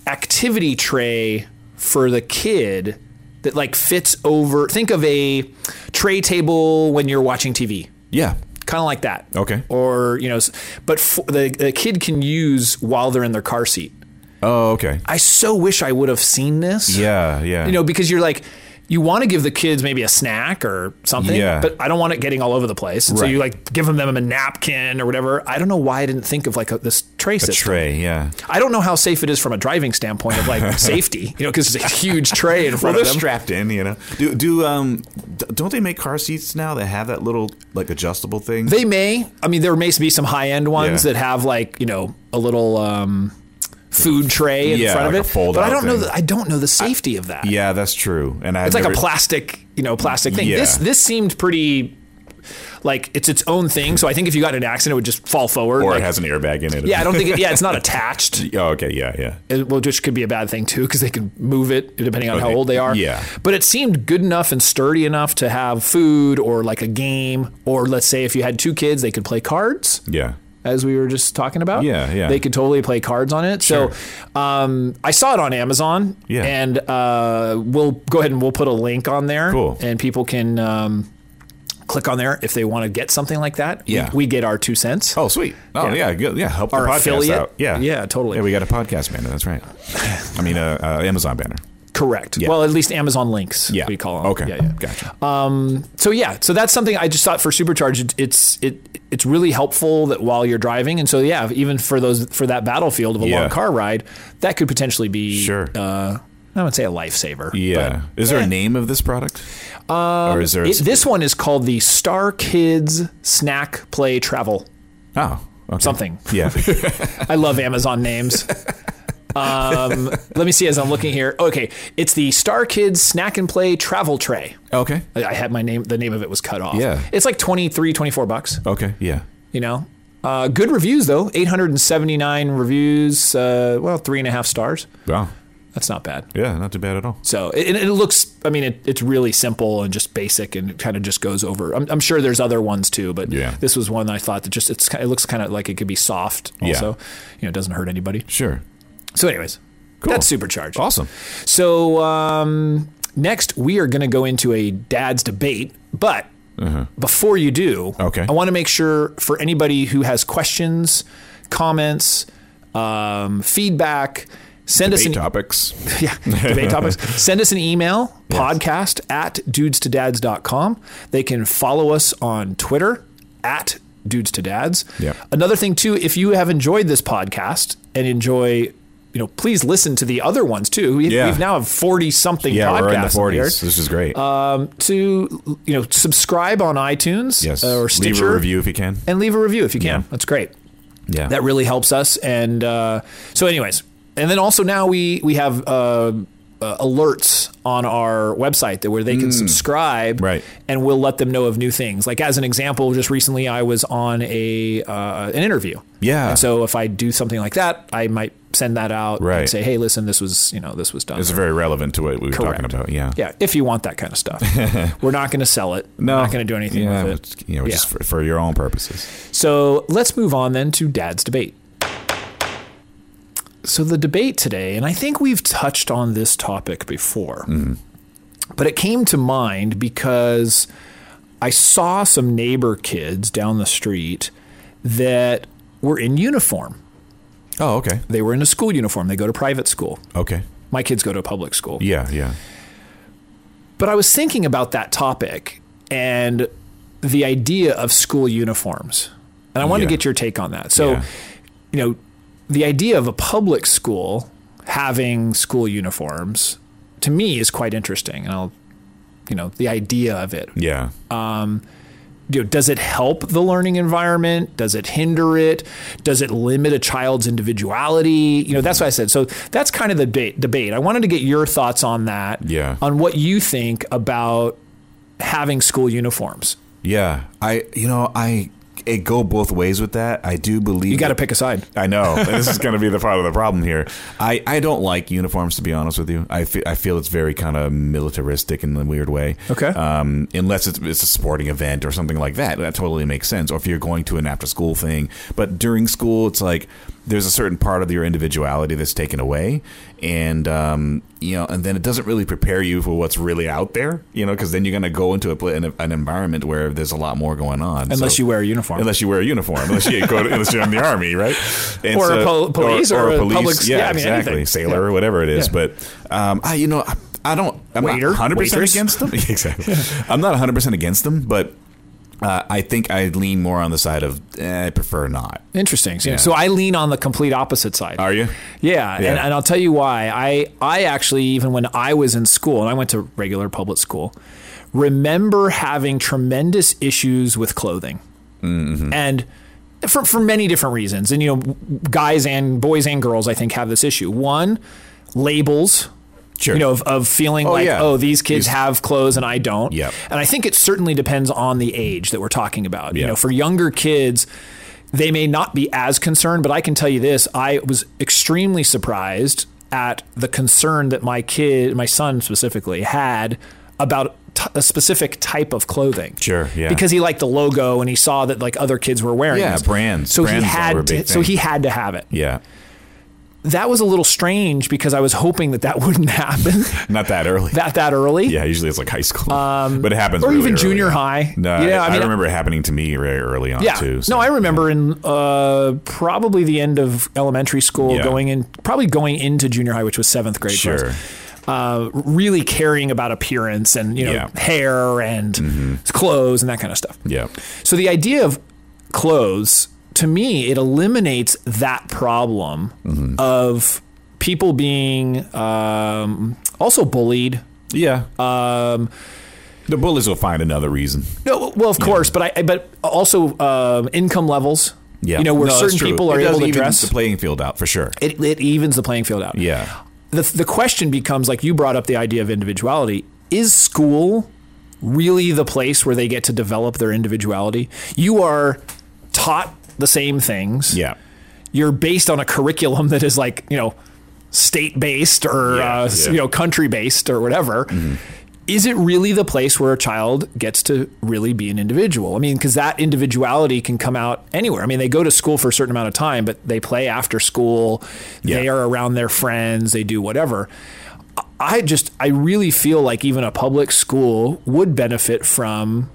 Speaker 1: activity tray for the kid that like fits over think of a tray table when you're watching TV.
Speaker 3: yeah.
Speaker 1: Kind of like that.
Speaker 3: Okay.
Speaker 1: Or, you know, s- but for, the, the kid can use while they're in their car seat.
Speaker 3: Oh, okay.
Speaker 1: I so wish I would have seen this
Speaker 3: Yeah. Yeah.
Speaker 1: you know, because you're like, you want to give the kids maybe a snack or something,
Speaker 3: Yeah.
Speaker 1: but I don't want it getting all over the place. And So
Speaker 3: Right.
Speaker 1: you like give them, them a napkin or whatever. I don't know why I didn't think of like a, this tray system.
Speaker 3: tray. Yeah.
Speaker 1: I don't know how safe it is from a driving standpoint of
Speaker 3: [LAUGHS]
Speaker 1: like safety, you know, because it's a huge tray in
Speaker 3: Well,
Speaker 1: front
Speaker 3: they're
Speaker 1: of them.
Speaker 3: strapped in, you know. Do do um, d- don't they make car seats now that have that little like adjustable thing?
Speaker 1: they may. I mean, there may be some high end ones
Speaker 3: Yeah.
Speaker 1: that have like you know a little um, food tray in
Speaker 3: Yeah,
Speaker 1: front of
Speaker 3: like a
Speaker 1: it, but I
Speaker 3: fold-out
Speaker 1: don't know.
Speaker 3: thing.
Speaker 1: The, I don't know the safety of that.
Speaker 3: yeah, that's true. And I
Speaker 1: it's like a plastic, you know, plastic thing.
Speaker 3: Yeah.
Speaker 1: This this seemed pretty like it's its own thing. So I think if you got in an accident, it would just fall forward.
Speaker 3: or
Speaker 1: Like,
Speaker 3: it has an airbag in it.
Speaker 1: yeah, I don't think. It, yeah, it's
Speaker 3: [LAUGHS]
Speaker 1: not attached.
Speaker 3: Oh, okay. Yeah, yeah.
Speaker 1: It, well, which could be a bad thing too, because they can move it depending on how
Speaker 3: Okay.
Speaker 1: old they are.
Speaker 3: Yeah.
Speaker 1: But it seemed good enough and sturdy enough to have food or like a game, or let's say if you had two kids, they could play cards.
Speaker 3: Yeah.
Speaker 1: As we were just talking about,
Speaker 3: Yeah, yeah.
Speaker 1: they could totally play cards on it. So, um, I saw it on Amazon,
Speaker 3: Yeah.
Speaker 1: and uh, we'll go ahead and we'll put a link on there,
Speaker 3: Cool.
Speaker 1: and people can um, click on there if they want to get something like that. We-
Speaker 3: Yeah.
Speaker 1: we, get our two cents.
Speaker 3: Oh, sweet. Oh,
Speaker 1: Yeah.
Speaker 3: yeah. good. Yeah, help
Speaker 1: Our
Speaker 3: the podcast
Speaker 1: affiliate?
Speaker 3: out. Yeah,
Speaker 1: Yeah, totally.
Speaker 3: Yeah, we got a podcast banner. That's right. I mean, uh, uh, Amazon banner.
Speaker 1: Correct. Well, at least Amazon links.
Speaker 3: Yeah,
Speaker 1: we call them.
Speaker 3: Okay,
Speaker 1: Yeah, Uh, yeah.
Speaker 3: gotcha.
Speaker 1: so yeah, so that's something I just thought for Supercharge. it- It's it it's really helpful that while you're driving, and so yeah, even for those for that battlefield of a
Speaker 3: Yeah.
Speaker 1: long car ride, that could potentially be
Speaker 3: Sure.
Speaker 1: uh, I would say a lifesaver.
Speaker 3: Yeah. is there a name of this product? or is there? A,
Speaker 1: Um, It, this one is called the Star Kids Snack Play Travel.
Speaker 3: oh, okay.
Speaker 1: Something. [LAUGHS]
Speaker 3: Yeah.
Speaker 1: I love Amazon names.
Speaker 3: [LAUGHS]
Speaker 1: Um, let me see as I'm looking here. Okay, it's the Star Kids Snack and Play Travel Tray.
Speaker 3: okay.
Speaker 1: I- I had my name. The name of it was cut off.
Speaker 3: Yeah.
Speaker 1: it's like 23, 24 bucks.
Speaker 3: Okay. Yeah.
Speaker 1: You know, uh, good reviews though. 879 reviews. Uh, well, three and a half stars.
Speaker 3: Wow.
Speaker 1: That's not bad.
Speaker 3: Yeah. Not too bad at all.
Speaker 1: So it, it looks. I mean, it, it's really simple and just basic, and it kind of just goes over. I'm, I'm sure there's other ones too, but
Speaker 3: Yeah.
Speaker 1: this was one I thought that just it's. ki- It looks kind of like it could be soft.
Speaker 3: Yeah.
Speaker 1: Also, you know, it doesn't hurt anybody.
Speaker 3: Sure.
Speaker 1: So, anyways,
Speaker 3: Cool.
Speaker 1: that's supercharged.
Speaker 3: Awesome.
Speaker 1: So um, next, we are going to go into a dad's debate, but before you do,
Speaker 3: Okay.
Speaker 1: I want to make sure for anybody who has questions, comments, um, feedback, send us
Speaker 3: Eight
Speaker 1: an [LAUGHS]
Speaker 3: topics.
Speaker 1: yeah, debate
Speaker 3: [LAUGHS]
Speaker 1: topics. Send us an email, podcast at dudetodads.com. They can follow us on Twitter at dudes to dads.
Speaker 3: Yep.
Speaker 1: Another thing too, if you have enjoyed this podcast and enjoy, you know, please listen to the other ones too. We,
Speaker 3: Yeah.
Speaker 1: We've now have forty something
Speaker 3: Yeah,
Speaker 1: podcasts
Speaker 3: we're in the
Speaker 1: up
Speaker 3: forties.
Speaker 1: here.
Speaker 3: This is great.
Speaker 1: Uh, to you know subscribe on iTunes
Speaker 3: yes.
Speaker 1: uh, or Stitcher
Speaker 3: Leave a review if you can.
Speaker 1: and leave a review if you can.
Speaker 3: Yeah.
Speaker 1: That's great
Speaker 3: Yeah.
Speaker 1: that really helps us and uh, so anyways and then also now we we have uh, uh, alerts on our website that where they can subscribe
Speaker 3: Mm. right.
Speaker 1: and we'll let them know of new things like as an example just recently i was on a uh, an interview
Speaker 3: Yeah.
Speaker 1: and so if i do something like that i might send that out and
Speaker 3: Right.
Speaker 1: say hey listen this was you know this was done
Speaker 3: it's very relevant to what we were
Speaker 1: Correct.
Speaker 3: talking about. Yeah.
Speaker 1: yeah if you want that kind of
Speaker 3: [LAUGHS]
Speaker 1: stuff we're not going to sell it
Speaker 3: No.
Speaker 1: we're not going to do anything
Speaker 3: yeah,
Speaker 1: with it
Speaker 3: but, You know,
Speaker 1: Yeah.
Speaker 3: just for, for your own purposes.
Speaker 1: So let's move on then to Dad's debate. So the debate today, and I think we've touched on this topic before, but it came to mind because I saw some neighbor kids down the street that were in uniform.
Speaker 3: Oh, okay.
Speaker 1: They were in a school uniform. They go to private school.
Speaker 3: Okay.
Speaker 1: My kids go to a public school.
Speaker 3: Yeah. Yeah.
Speaker 1: But I was thinking about that topic and the idea of school uniforms. And I wanted to
Speaker 3: Yeah.
Speaker 1: get your take on that. So,
Speaker 3: Yeah.
Speaker 1: you know, the idea of a public school having school uniforms to me is quite interesting. And I'll, you know, the idea of it.
Speaker 3: Yeah.
Speaker 1: Uh, You know, does it help the learning environment? Does it hinder it? Does it limit a child's individuality? You know, that's what I said. So that's kind of the debate. debate. I wanted to get your thoughts on that.
Speaker 3: Yeah.
Speaker 1: On what you think about having school uniforms.
Speaker 3: yeah. I. You know. I. It go both ways with that. I do believe
Speaker 1: You got to
Speaker 3: to
Speaker 1: pick a side.
Speaker 3: I know [LAUGHS] And this is going to be the part of the problem here. I, I don't like uniforms to be honest with you. I feel, I feel it's very kind of militaristic in a weird way.
Speaker 1: Okay.
Speaker 3: Um, unless it's, it's a sporting event or something like that, that totally makes sense. Or if you're going to an after school thing, but during school, it's like there's a certain part of your individuality that's taken away, and um, you know, and then it doesn't really prepare you for what's really out there, you know, because then you're going to go into a, pla- an, an environment where there's a lot more going on.
Speaker 1: Unless
Speaker 3: So-
Speaker 1: you wear a uniform.
Speaker 3: Unless you wear a uniform, unless you go to, unless you're in the army, right? And
Speaker 1: Or a pol- police or a public-
Speaker 3: yeah,
Speaker 1: yeah, I mean,
Speaker 3: exactly,
Speaker 1: anything.
Speaker 3: sailor or whatever it is.
Speaker 1: Yeah.
Speaker 3: But um, I, you know, I, I don't. I'm
Speaker 1: Waiter,
Speaker 3: not 100 percent
Speaker 1: waitress.
Speaker 3: against
Speaker 1: [LAUGHS]
Speaker 3: them. [LAUGHS] exactly. I'm not 100 percent against them, but uh, I think I lean more on the side of eh, I prefer not.
Speaker 1: Interesting. So, so I lean on the complete opposite side.
Speaker 3: Are you?
Speaker 1: Yeah, And,
Speaker 3: Yeah.
Speaker 1: and I'll tell you why. I I actually even when I was in school and I went to regular public school, remember having tremendous issues with clothing,
Speaker 3: Mm-hmm.
Speaker 1: and for for many different reasons. And you know, guys and boys and girls, I think have this issue. One, labels.
Speaker 3: Sure.
Speaker 1: You know, of, of feeling like,
Speaker 3: yeah.
Speaker 1: oh, these kids
Speaker 3: These-
Speaker 1: have clothes and I don't.
Speaker 3: Yep.
Speaker 1: And I think it certainly depends on the age that we're talking about. You
Speaker 3: Yeah.
Speaker 1: know, for younger kids, they may not be as concerned, but I can tell you this: I was extremely surprised at the concern that my kid, my son specifically, had about t- a specific type of clothing.
Speaker 3: Sure, yeah.
Speaker 1: Because he liked the logo and he saw that like other kids were wearing.
Speaker 3: Yeah,
Speaker 1: this.
Speaker 3: brands.
Speaker 1: So
Speaker 3: Brands
Speaker 1: he
Speaker 3: were a
Speaker 1: had
Speaker 3: big
Speaker 1: to, so
Speaker 3: thing.
Speaker 1: he had to have it.
Speaker 3: Yeah,
Speaker 1: That was a little strange because I was hoping that [LAUGHS] that wouldn't happen
Speaker 3: not that early.
Speaker 1: that that early.
Speaker 3: [LAUGHS] yeah, usually it's like high school, um, but it happens
Speaker 1: or
Speaker 3: really
Speaker 1: even
Speaker 3: early
Speaker 1: junior
Speaker 3: on.
Speaker 1: high.
Speaker 3: No,
Speaker 1: Yeah,
Speaker 3: I,
Speaker 1: I mean-
Speaker 3: remember it happening to me very early on
Speaker 1: Yeah.
Speaker 3: too. so-
Speaker 1: no, I remember in uh, probably the end of elementary school,
Speaker 3: Yeah.
Speaker 1: going in, probably going into junior high, which was seventh grade. for us,
Speaker 3: Sure.
Speaker 1: Uh, really caring about appearance and you know
Speaker 3: Yeah. Mm-hmm.
Speaker 1: hair and clothes and that kind of stuff.
Speaker 3: Yeah,
Speaker 1: So the idea of
Speaker 3: Mm-hmm.
Speaker 1: clothes to me it eliminates that problem of people being um, also bullied.
Speaker 3: Yeah.
Speaker 1: Um,
Speaker 3: the bullies will find another reason.
Speaker 1: no, well, of course, but I- I, but also um, income levels.
Speaker 3: Yeah.
Speaker 1: you know where
Speaker 3: No, that's
Speaker 1: certain
Speaker 3: true.
Speaker 1: people are
Speaker 3: it does
Speaker 1: able to
Speaker 3: even
Speaker 1: dress.
Speaker 3: the playing field out for sure.
Speaker 1: it, it evens the playing field out.
Speaker 3: Yeah.
Speaker 1: The, the question becomes like you brought up the idea of individuality. Is school really the place where they get to develop their individuality? You are taught the same things.
Speaker 3: Yeah.
Speaker 1: You're based on a curriculum that is like, you know, state based or,
Speaker 3: Yeah,
Speaker 1: uh, s-
Speaker 3: yeah. Mm-hmm.
Speaker 1: you know, country based or whatever. Is it really the place where a child gets to really be an individual? I mean, because that individuality can come out anywhere. I mean, they go to school for a certain amount of time, but they play after school. They
Speaker 3: Yeah.
Speaker 1: are around their friends. They do whatever. I- I just, I really feel like even a public school would benefit from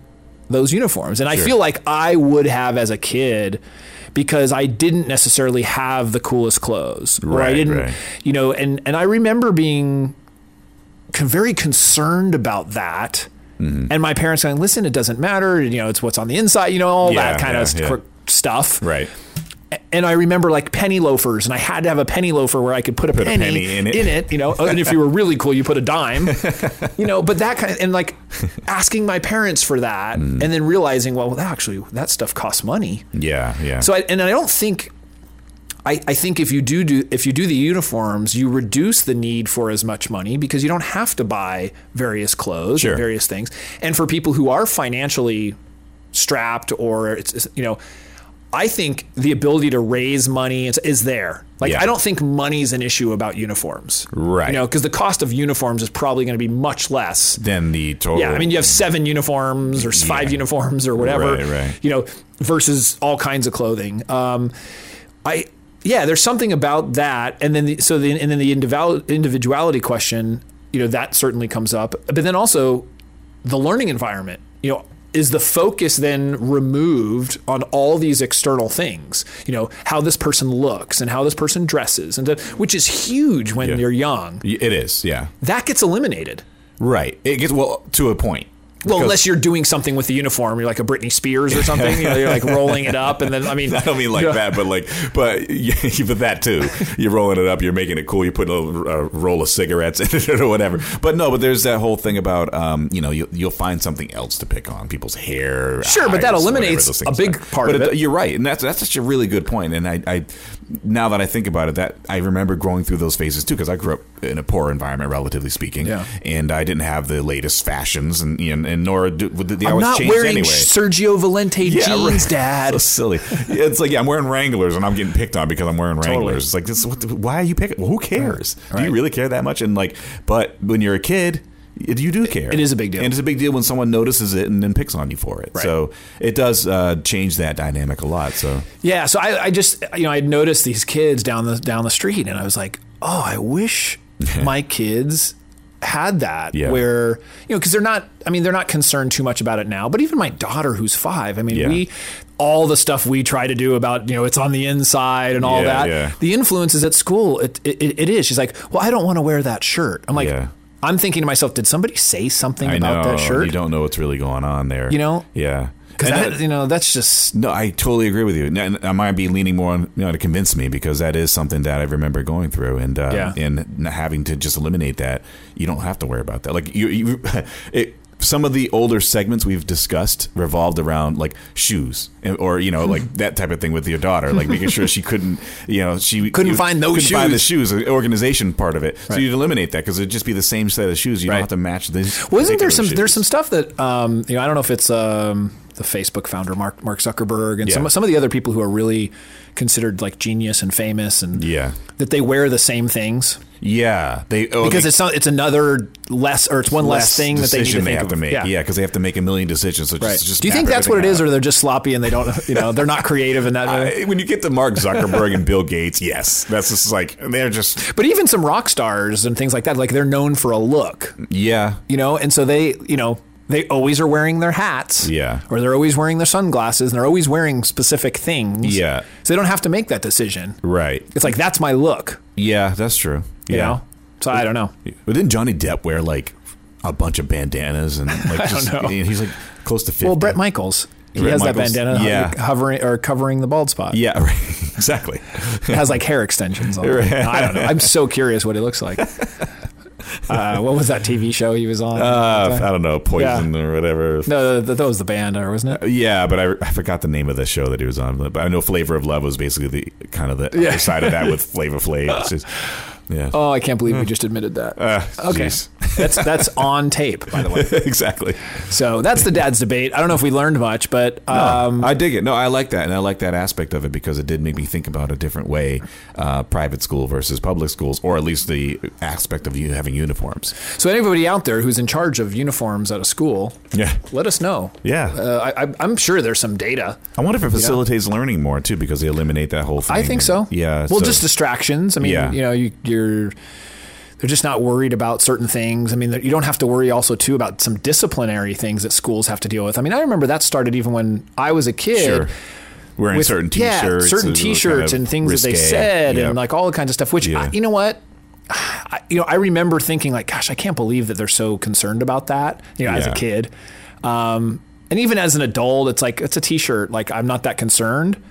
Speaker 1: those uniforms. And I feel like I would have as a kid because I didn't necessarily have the coolest clothes. Or I
Speaker 3: Right,
Speaker 1: didn't,
Speaker 3: right.
Speaker 1: you know, and, and I remember being con- very concerned about that.
Speaker 3: Mm-hmm.
Speaker 1: And my parents going, listen, it doesn't matter. You know, it's what's on the inside, you know, all
Speaker 3: Yeah,
Speaker 1: that kind
Speaker 3: yeah,
Speaker 1: of st-
Speaker 3: yeah.
Speaker 1: quirk- stuff.
Speaker 3: Right.
Speaker 1: And I remember like penny loafers, and I had to have a penny loafer where I could put a,
Speaker 3: a
Speaker 1: penny,
Speaker 3: penny in it.
Speaker 1: you know. Oh, And if you were really cool, you put a
Speaker 3: [LAUGHS]
Speaker 1: dime, you know. But that kind of, and like asking my parents for that,
Speaker 3: Mm.
Speaker 1: and then realizing, well, that actually that stuff costs money.
Speaker 3: Yeah. Yeah.
Speaker 1: So I, and I don't think I, I think if you do do if you do the uniforms, you reduce the need for as much money because you don't have to buy various clothes
Speaker 3: Sure.
Speaker 1: and various things. And for people who are financially strapped or it's, it's- you know, I think the ability to raise money is, is there. Like
Speaker 3: Yeah.
Speaker 1: I don't think money's an issue about uniforms,
Speaker 3: Right.
Speaker 1: You know, because the cost of uniforms is probably going to be much less
Speaker 3: then the total.
Speaker 1: yeah, I mean, you have seven uniforms or s- five uniforms or whatever,
Speaker 3: Right, right.
Speaker 1: you know, versus all kinds of clothing. Um, I yeah, there's something about that, and then the, so the, and then the individual- individuality question, you know, that certainly comes up, but then also the learning environment, you know. Is the focus then removed on all these external things? You know how this person looks and how this person dresses, and that, which is huge when
Speaker 3: Yeah.
Speaker 1: you're young.
Speaker 3: Y- it is. Yeah.
Speaker 1: That gets eliminated.
Speaker 3: Right. It gets well to a point.
Speaker 1: Well,
Speaker 3: Because-
Speaker 1: unless you're doing something with the uniform, you're like a Britney Spears or something. You know, you're like rolling it up, and then
Speaker 3: [LAUGHS]
Speaker 1: I mean,
Speaker 3: I don't mean like that, but like, but [LAUGHS] yeah, but that too. You're rolling it up. You're making it cool. You put a, a roll of cigarettes [LAUGHS] in it or whatever. But no, but there's that whole thing about, um, you know, you, you'll find something else to pick on people's hair.
Speaker 1: Sure, but
Speaker 3: eyes,
Speaker 1: that
Speaker 3: whatever
Speaker 1: eliminates
Speaker 3: those things
Speaker 1: a big
Speaker 3: are.
Speaker 1: part
Speaker 3: But
Speaker 1: of it.
Speaker 3: You're right, and that's that's such a really good point. And I, I now that I think about it, that I remember growing through those phases too, because I grew up in a poor environment, relatively speaking.
Speaker 1: Yeah.
Speaker 3: and I didn't have the latest fashions, and and, and nor did, the
Speaker 1: I'm
Speaker 3: hours
Speaker 1: not
Speaker 3: changed
Speaker 1: wearing
Speaker 3: anyway.
Speaker 1: Sergio Valente jeans,
Speaker 3: right. [LAUGHS]
Speaker 1: Dad.
Speaker 3: So silly. Yeah, It's like yeah, I'm wearing Wranglers and I'm getting picked on because I'm wearing Wranglers. It's like this. What, the- why are you picking? Well, who cares? Do you really care that much? And like, but when you're a kid. it- You do care.
Speaker 1: it is a big deal.
Speaker 3: and it's a big deal when someone notices it and then picks on you for it. So it does uh, change that dynamic a lot. So
Speaker 1: Yeah, so I, I just you know I'd noticed these kids down the down the street, and I was like, oh, I
Speaker 3: [LAUGHS]
Speaker 1: wish my kids had that.
Speaker 3: Yeah.
Speaker 1: Where you know because they're not, I mean, they're not concerned too much about it now. But even my daughter, who's five, I mean,
Speaker 3: Yeah.
Speaker 1: we all the stuff we try to do about you know it's on the inside and all
Speaker 3: Yeah,
Speaker 1: that.
Speaker 3: yeah.
Speaker 1: The influences at school, it, it it is. She's like, well, I don't want to wear that shirt. I'm like.
Speaker 3: Yeah.
Speaker 1: I'm thinking to myself, did somebody say something about that shirt?
Speaker 3: you don't know what's really going on there.
Speaker 1: You know?
Speaker 3: yeah.
Speaker 1: Because
Speaker 3: And
Speaker 1: that, you know, that's just
Speaker 3: No, I totally agree with you. And- And I might be leaning more on you know, to convince me because that is something that I remember going through and uh,
Speaker 1: Yeah.
Speaker 3: and n- having to just eliminate that. You don't have to worry about that. Like you, you [LAUGHS] it, some of the older segments we've discussed revolved around like shoes and- or you know like that type of thing with your daughter, like making sure she couldn't you know
Speaker 1: [LAUGHS]
Speaker 3: she
Speaker 1: Couldn't
Speaker 3: you-
Speaker 1: find those
Speaker 3: couldn't find the
Speaker 1: shoes.
Speaker 3: shoes, the organization part of it. So you'd eliminate that because it'd just be the same set of shoes. You don't have to match this.
Speaker 1: Well, isn't there
Speaker 3: particular
Speaker 1: some
Speaker 3: shoes.
Speaker 1: there's some stuff that um, you know I don't know if it's um, the Facebook founder Mark Mark Zuckerberg and some
Speaker 3: Yeah.
Speaker 1: some of the other people who are really considered like genius and famous and
Speaker 3: Yeah.
Speaker 1: that they wear the same things
Speaker 3: yeah they oh,
Speaker 1: because
Speaker 3: they-
Speaker 1: it's not, it's another less or it's one less, thing that they need to
Speaker 3: decision
Speaker 1: think
Speaker 3: have
Speaker 1: of.
Speaker 3: to make. Yeah, because they have to make a million decisions. So just,
Speaker 1: Right.
Speaker 3: just
Speaker 1: Do you
Speaker 3: map
Speaker 1: think that's what it
Speaker 3: everything
Speaker 1: is,
Speaker 3: out.
Speaker 1: or they're just sloppy and they don't, you know, they're not creative
Speaker 3: [LAUGHS]
Speaker 1: in that?
Speaker 3: Uh, when you get to Mark Zuckerberg and Bill Gates, yes, that's just like they're just
Speaker 1: but even some rock stars and things like that, like they're known for a look.
Speaker 3: yeah,
Speaker 1: you know and so they you know they always are wearing their hats
Speaker 3: Yeah.
Speaker 1: or they're always wearing their sunglasses and they're always wearing specific things
Speaker 3: Yeah.
Speaker 1: so they don't have to make that decision
Speaker 3: right,
Speaker 1: it's like that's my look
Speaker 3: yeah, that's true.
Speaker 1: you
Speaker 3: Yeah,
Speaker 1: know so i don't know
Speaker 3: but didn't Johnny Depp wear like a bunch of bandanas
Speaker 1: [LAUGHS]
Speaker 3: and like just
Speaker 1: know.
Speaker 3: he's like close to fifty.
Speaker 1: well brett michaels he
Speaker 3: Bret
Speaker 1: has
Speaker 3: Michaels,
Speaker 1: that bandana
Speaker 3: yeah.
Speaker 1: hovering or covering the bald spot
Speaker 3: yeah, [LAUGHS] right.
Speaker 1: [LAUGHS]
Speaker 3: exactly.
Speaker 1: It has like hair extensions on
Speaker 3: [LAUGHS]
Speaker 1: it. I don't know. I'm so curious what it looks like. Uh, what was that TV show he was on?
Speaker 3: Uh, I don't know, poison
Speaker 1: Yeah.
Speaker 3: or whatever.
Speaker 1: no, that, that was the band, or wasn't it?
Speaker 3: Yeah, but I, I forgot the name of the show that he was on. But I know Flavor of Love was basically the kind of the other side of that
Speaker 1: [LAUGHS]
Speaker 3: with Flavor Flav. It's just- yeah.
Speaker 1: Oh, I can't believe we just admitted that.
Speaker 3: Ah,
Speaker 1: okay,
Speaker 3: mm. jeez.
Speaker 1: that's that's on tape, by the way.
Speaker 3: [LAUGHS] exactly.
Speaker 1: So that's the dad's debate. I don't know if we learned much, but um,
Speaker 3: I dig it. No, I like that, and I like that aspect of it because it did make me think about a different way: uh, private school versus public schools, or at least the aspect of you having uniforms.
Speaker 1: so anybody out there who's in charge of uniforms at a school,
Speaker 3: Yeah.
Speaker 1: let us know.
Speaker 3: Yeah.
Speaker 1: uh, I, I, I'm sure there's some data.
Speaker 3: I wonder if it facilitates learning more too, because they eliminate that whole thing.
Speaker 1: I think so.
Speaker 3: Yeah.
Speaker 1: Well,
Speaker 3: so-
Speaker 1: just distractions. I mean,
Speaker 3: Yeah.
Speaker 1: you know, you, you're they're just not worried about certain things. I mean, you don't have to worry also too about some disciplinary things that schools have to deal with. I mean, I remember that started even when I was a kid.
Speaker 3: sure. Wearing
Speaker 1: with-
Speaker 3: certain
Speaker 1: yeah,
Speaker 3: T-shirts, it
Speaker 1: certain
Speaker 3: was kind of
Speaker 1: T-shirts and things that they
Speaker 3: risque.
Speaker 1: said,
Speaker 3: Yeah.
Speaker 1: and like all kinds of stuff. Which
Speaker 3: Yeah.
Speaker 1: I, you know what, [SIGHS] I, you know, I remember thinking like, gosh, I can't believe that they're so concerned about that. You know, as a
Speaker 3: Yeah.
Speaker 1: kid, um, and even as an adult, it's like it's a T-shirt. Like I'm not that concerned,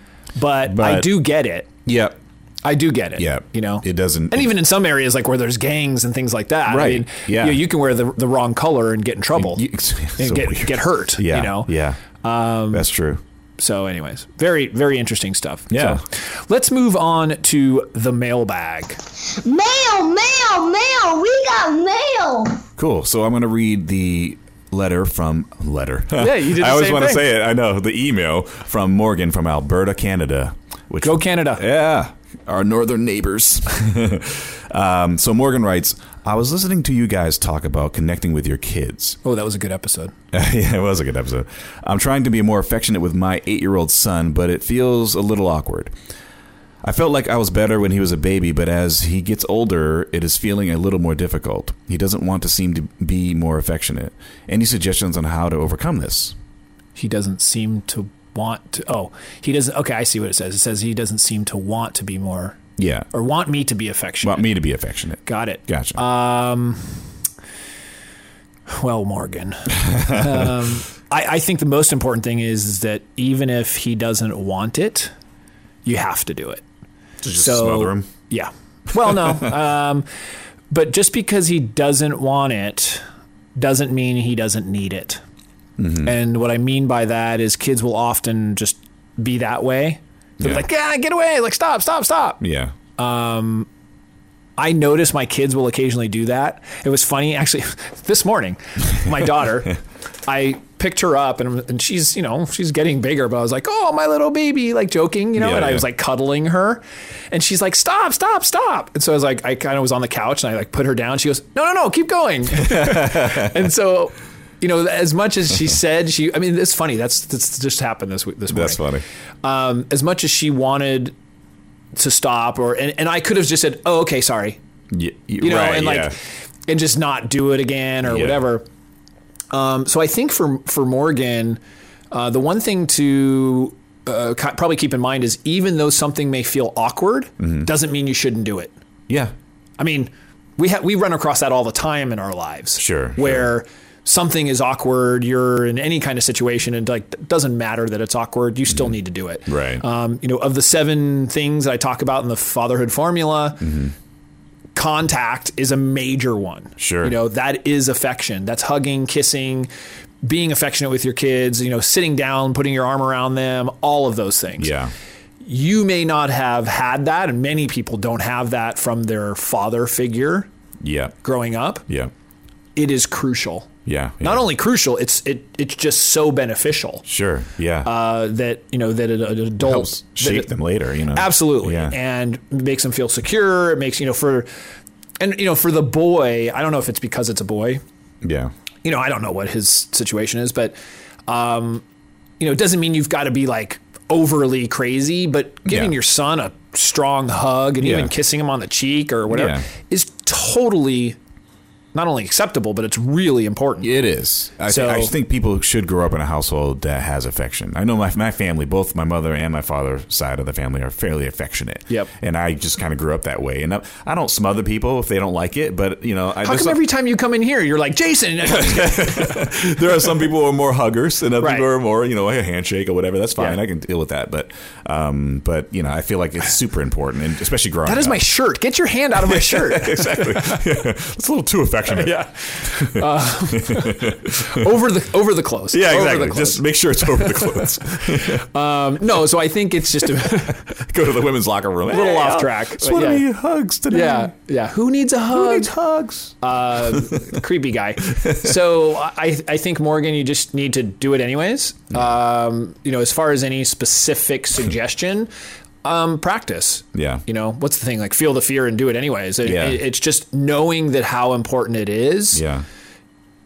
Speaker 1: but, I
Speaker 3: But-
Speaker 1: do get it.
Speaker 3: Yep.
Speaker 1: I do get it.
Speaker 3: Yeah.
Speaker 1: you know,
Speaker 3: It doesn't-
Speaker 1: And even in some areas, like where there's gangs and things like that,
Speaker 3: Right.
Speaker 1: I mean, you,
Speaker 3: Yeah.
Speaker 1: know, you can wear the, the wrong color and get in trouble
Speaker 3: You- it's- it's
Speaker 1: and
Speaker 3: [LAUGHS] so
Speaker 1: get
Speaker 3: weird.
Speaker 1: get hurt.
Speaker 3: Yeah.
Speaker 1: you know. Um,
Speaker 3: Yeah. That's true.
Speaker 1: So, anyways, very very interesting stuff.
Speaker 3: Yeah.
Speaker 1: So, let's move on to the mailbag.
Speaker 5: Mail, mail, mail. We got mail.
Speaker 3: Cool. So I'm going to read the letter from
Speaker 1: [LAUGHS]
Speaker 3: letter. Yeah,
Speaker 1: you did the
Speaker 3: I always
Speaker 1: same
Speaker 3: wanna
Speaker 1: thing.
Speaker 3: say it. I know the email from Morgan from Alberta, Canada. Which
Speaker 1: Go Canada.
Speaker 3: Yeah, our northern neighbors. [LAUGHS] um, so Morgan writes, "I was listening to you guys talk about connecting with your kids.
Speaker 1: Oh, that was a good episode.
Speaker 3: [LAUGHS] yeah, it was a good episode. I'm trying to be more affectionate with my eight year old son, but it feels a little awkward. I felt like I was better when he was a baby, but as he gets older, it is feeling a little more difficult. He doesn't want to seem to be more affectionate. Any suggestions on how to overcome this?
Speaker 1: He doesn't seem to want to. Oh, he doesn't. Okay, I see what it says. It says he doesn't seem to want to be more
Speaker 3: Yeah.
Speaker 1: or want me to be affectionate.
Speaker 3: Want me to be affectionate.
Speaker 1: Got it.
Speaker 3: Gotcha.
Speaker 1: Well,
Speaker 3: [LAUGHS]
Speaker 1: Morgan, um, I, I think the most important thing is, is that even if he doesn't want it, you have to do it.
Speaker 3: just
Speaker 1: so Yeah. Well,
Speaker 3: [LAUGHS]
Speaker 1: no. um, but just because he doesn't want it doesn't mean he doesn't need it.
Speaker 3: Mm-hmm.
Speaker 1: And what I mean by that is kids will often just be that way. They're
Speaker 3: Yeah.
Speaker 1: like, yeah, get away. Like, stop, stop, stop.
Speaker 3: Yeah.
Speaker 1: I notice my kids will occasionally do that. It was funny actually [LAUGHS] this morning. My
Speaker 3: [LAUGHS]
Speaker 1: daughter, I picked her up and, and she's, you know, she's getting bigger, but I was like, "Oh, my little baby," like joking, you know,
Speaker 3: Yeah,
Speaker 1: and I
Speaker 3: yeah.
Speaker 1: was like cuddling her. And she's like, "Stop, stop, stop." And so I was like I kind of was on the couch and I like put her down. She goes, "No, no, no, keep
Speaker 3: [LAUGHS]
Speaker 1: going." and so you know, as much as she said, she—I mean, it's funny. That's that's just happened this week. This morning
Speaker 3: That's funny.
Speaker 1: um, as much as she wanted to stop or and, and I could have just said, "Oh, okay, sorry."
Speaker 3: Yeah,
Speaker 1: You know, and like and just not do it again or
Speaker 3: Yeah.
Speaker 1: whatever. Um, so I think for for Morgan, uh, the one thing to uh, ki- probably keep in mind is even though something may feel awkward, doesn't mean you shouldn't do it.
Speaker 3: yeah.
Speaker 1: I mean, we ha- we run across that all the time in our lives.
Speaker 3: Sure,
Speaker 1: Where something is awkward, you're in any kind of situation, and like it doesn't matter that it's awkward, you still need to do it.
Speaker 3: Mm-hmm. Right.
Speaker 1: Um, you know, of the seven things that I talk about in the fatherhood formula.
Speaker 3: Mm-hmm.
Speaker 1: Contact is a major one.
Speaker 3: Sure.
Speaker 1: You know, that is affection. That's hugging, kissing, being affectionate with your kids, you know, sitting down, putting your arm around them, all of those things
Speaker 3: Yeah.
Speaker 1: you may not have had that, and many people don't have that from their father figure
Speaker 3: Yeah.
Speaker 1: growing up.
Speaker 3: Yeah.
Speaker 1: It is crucial.
Speaker 3: Yeah.
Speaker 1: Not only crucial, it's it it's just so beneficial
Speaker 3: Sure. Yeah.
Speaker 1: uh, that you know that an an adult
Speaker 3: helps
Speaker 1: that
Speaker 3: shape
Speaker 1: it-
Speaker 3: them later, you know.
Speaker 1: Absolutely,
Speaker 3: Yeah.
Speaker 1: and makes them feel secure. It makes you know for and you know for the boy, I don't know if it's because it's a boy,
Speaker 3: yeah.
Speaker 1: you know, I don't know what his situation is, but um, you know, it doesn't mean you've got to be like overly crazy, but giving
Speaker 3: Yeah.
Speaker 1: your son a strong hug and
Speaker 3: Yeah.
Speaker 1: even kissing him on the cheek or whatever
Speaker 3: Yeah.
Speaker 1: is totally not only acceptable, but it's really important.
Speaker 3: It is. I, thi-
Speaker 1: So-
Speaker 3: I just think people should grow up in a household that has affection. I know my, my family, both my mother and my father's side of the family, are fairly affectionate.
Speaker 1: Yep.
Speaker 3: And I just kind of grew up that way. And I, I don't smother people if they don't like it, but you know,
Speaker 1: How
Speaker 3: I there's
Speaker 1: come
Speaker 3: some-
Speaker 1: every time you come in here, you're like Jason? [LAUGHS]
Speaker 3: there are some people who are more huggers and other
Speaker 1: Right.
Speaker 3: people are more, you know, a handshake or whatever. That's fine.
Speaker 1: Yeah.
Speaker 3: I can deal with that. But, um, but you know, I feel like it's super important, and especially growing.
Speaker 1: that is
Speaker 3: up. [LAUGHS]
Speaker 1: my shirt. Get your hand out of my shirt.
Speaker 3: exactly. [LAUGHS] Yeah. It's a little too
Speaker 1: [LAUGHS]
Speaker 3: affectionate. Yeah.
Speaker 1: Um, over the over the clothes.
Speaker 3: Yeah,
Speaker 1: Over the
Speaker 3: exactly.
Speaker 1: clothes.
Speaker 3: Just make sure it's over the clothes.
Speaker 1: [LAUGHS] Um, no, so I think it's just a [LAUGHS]
Speaker 3: [LAUGHS] Go to the women's locker room. A
Speaker 1: little off track,
Speaker 3: Just
Speaker 1: but
Speaker 3: want to
Speaker 1: yeah.
Speaker 3: need hugs today.
Speaker 1: yeah, yeah. Who needs a hug?
Speaker 3: Who needs hugs?
Speaker 1: uh, creepy
Speaker 3: [LAUGHS]
Speaker 1: guy. So I, I think Morgan, you just need to do it anyways. Um, you know, as far as any specific
Speaker 3: [LAUGHS]
Speaker 1: suggestion, um, practice.
Speaker 3: Yeah.
Speaker 1: You know, what's the thing? Like feel the fear and do it anyways. It-
Speaker 3: Yeah.
Speaker 1: it- it's just knowing that how important it is.
Speaker 3: yeah.